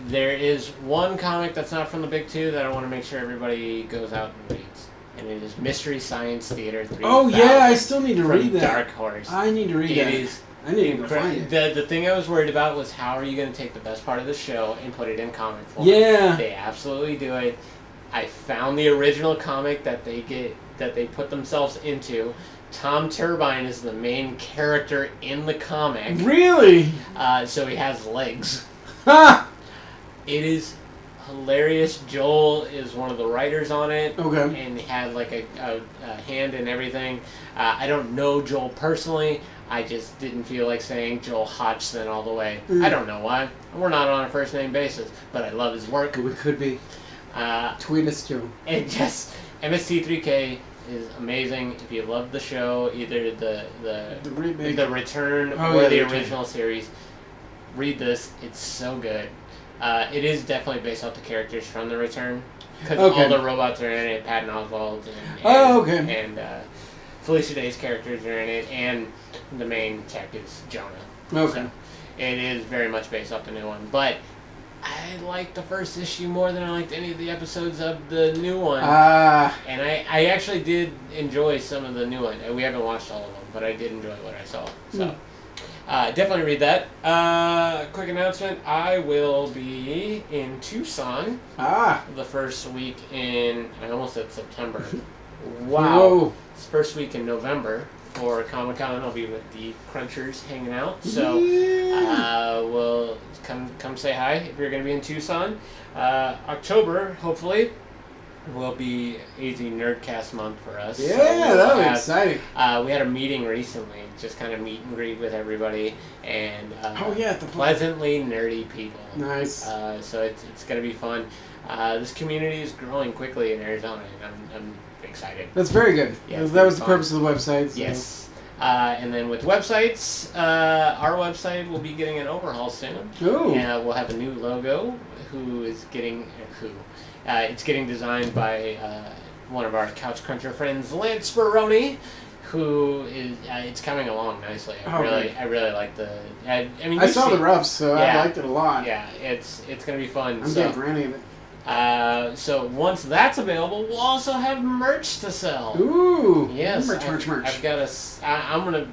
there is one comic that's not from the big two that I want to make sure everybody goes out and reads, and it is Mystery Science Theater. 3000 Oh, yeah, I still need to from read that. Dark Horse. I need to read It that. is I need to go Incre- find it. the, the thing I was worried about was how are you going to take the best part of the show and put it in comic form? Yeah. They absolutely do it. I found the original comic that they get that they put themselves into. Tom Turbine is the main character in the comic, Really? <laughs> uh, so he has legs. Ha! It is hilarious. Joel is one of the writers on Oh, it Okay. and had like a, a, a hand in everything. Uh, I don't know Joel personally. I just didn't feel like saying Joel Hodgson all the way. Mm. I don't know why. We're not on a first name basis, but I love his work. We could be. Uh, Tweet us too. and <laughs> just MST3K is amazing. If you love the show, either the the The remake. the return Oh, or yeah, the The Return. original series. Read this; it's so good. Uh, it is definitely based off the characters from the return because Okay. all the robots are in it. Patton Oswald and, and Oh, okay. and uh, Felicia Day's characters are in it, and the main tech is Jonah. okay. It is very much based off the new one, but I liked the first issue more than I liked any of the episodes of the new one. Ah. And I, I actually did enjoy some of the new one. We haven't watched all of them, but I did enjoy what I saw. So Mm. uh, definitely read that. Uh, quick announcement: I will be in Tucson ah. the first week in. I almost said September. Whoa. It's first week in November for Comic Con. I'll be with the Crunchers hanging out. So. Yeah. Uh, well, come come say hi if you're going to be in Tucson. Uh, October, hopefully, will be AZ Nerdcast month for us. So yeah, we'll that was have- exciting. Uh, we had a meeting recently, just kind of meet and greet with everybody, and uh, Oh, yeah, at the pla- pleasantly nerdy people. Nice. Uh, so it's, it's going to be fun. Uh, this community is growing quickly in Arizona, and I'm, I'm excited. That's very good. Yeah, that, it's that was the fun. purpose of the website. so- Yes. Uh, and then with websites, uh, our website will be getting an overhaul soon. Ooh. Yeah, uh, we'll have a new logo. Who is getting who? Uh, it's getting designed by uh, one of our couch cruncher friends, Lance Baroni, who is. Uh, it's coming along nicely. I Oh, really, good. I really like the. I, I mean, I you've saw the seen- roughs, so I Yeah. liked it a lot. Yeah, it's it's gonna be fun. I'm getting so, granny of it. uh, so once that's available, we'll also have merch to sell. Ooh. Yes, Merch, I've, merch, merch. I've got a. s- I, I'm gonna uh,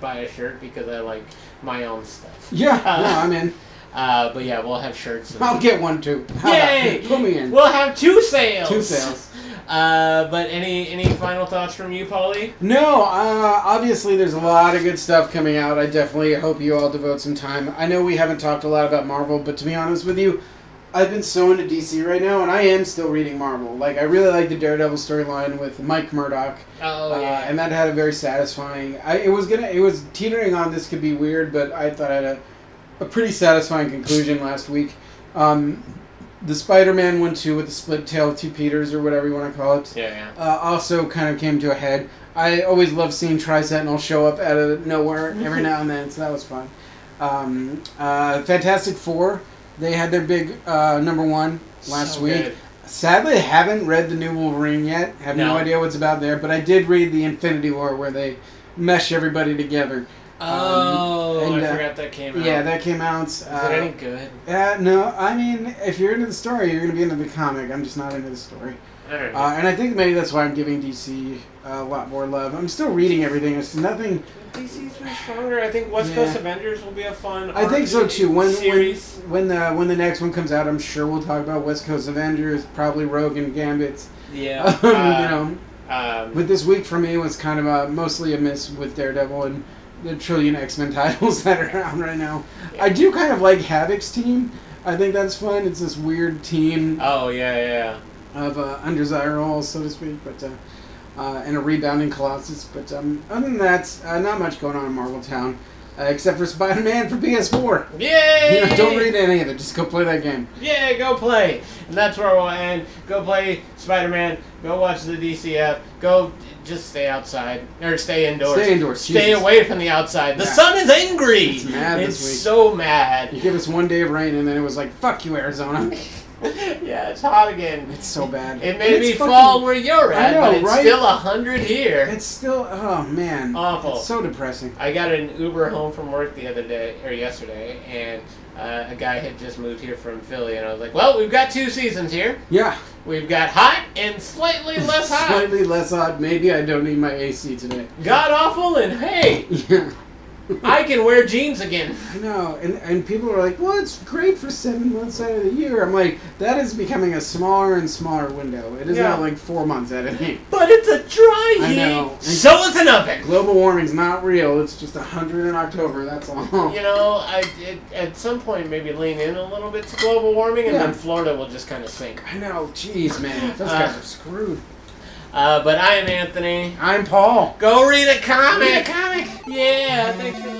buy a shirt because I like my own stuff. Yeah, Uh, no, I'm in. Uh, but yeah, we'll have shirts. and- I'll get one too. How about- Yay! Put me in. We'll have two sales. Two sales. Uh, but any any final thoughts from you, Polly? No, uh, obviously there's a lot of good stuff coming out. I definitely hope you all devote some time. I know we haven't talked a lot about Marvel, but to be honest with you, I've been so into DC right now, and I am still reading Marvel. Like I really like the Daredevil storyline with Mike Murdock, Oh uh, yeah. and that had a very satisfying. I it was gonna it was teetering on this could be weird, but I thought I had a, a pretty satisfying conclusion last week. Um, the Spider-Man one too with the split tail two Peters or whatever you want to call it yeah, yeah. uh, also kind of came to a head. I always love seeing Tri Sentinel show up out of nowhere every now and then, so that was fun. Um, uh, Fantastic Four, they had their big uh, number one last So week. good. Sadly, I haven't read the new Wolverine yet. Have no. No. idea what's about there, but I did read the Infinity War where they mesh everybody together. Oh, um, and, I uh, forgot that came out. Yeah, that came out. Is uh, it any good? uh, no, I mean, if you're into the story, you're going to be into the comic. I'm just not into the story. I don't know. Uh, and I think maybe that's why I'm giving DC a lot more love. I'm still reading everything. It's nothing. DC's been stronger. I think West Yeah. Coast Avengers will be a fun. I think so too. When series. when, when the when the next one comes out, I'm sure we'll talk about West Coast Avengers, probably Rogue and Gambit. <laughs> yeah. Um, Uh, you know, um, but this week for me was kind of a, mostly a miss with Daredevil and the trillion X Men <laughs> titles that are out right now. I do kind of like Havoc's team. I think that's fun. It's this weird team oh yeah, yeah. of uh, undesirables, so to speak, but uh, uh, and a rebounding colossus. But um, other than that, uh, not much going on in Marvel Town, uh, except for Spider Man for PS4. Yay! <laughs> You know, don't read any of it. Just go play that game. Yeah, go play. And that's where we'll end. Go play Spider Man. Go watch the DCF. Go just stay outside or stay indoors. Stay indoors. Stay Jesus. away from the outside. The Yeah. sun is angry. It's mad this It's week. so mad. <laughs> You give us one day of rain, and then it was like, "Fuck you, Arizona." yeah, it's hot again. It's so bad. It And may it's be fucking- fall where you're I at, know, but it's right? still a hundred here. It's still oh man, Awful. It's so depressing. I got an Uber home from work the other day or yesterday, and uh, a guy had just moved here from Philly, and I was like, "Well, we've got two seasons here. Yeah, We've got hot and slightly less <laughs> hot, Slightly less hot. Maybe I don't need my AC today. <laughs> god awful, and hey, Yeah. I can wear jeans again." I know, and, and people are like, well, it's great for seven months out of the year. I'm like, that is becoming a smaller and smaller window. It is Yeah. not like four months out of the year. But it's a dry I know. heat, so it's an oven. Global warming's not real. It's just 100 in October, that's all. You know, I it, at some point maybe lean in a little bit to global warming, and Yeah. then Florida will just kind of sink. I know, jeez, man. Those Uh, guys are screwed. Uh, but I am Anthony. I'm Paul. Go read a comic. Read a comic. Yeah, thanks for listening.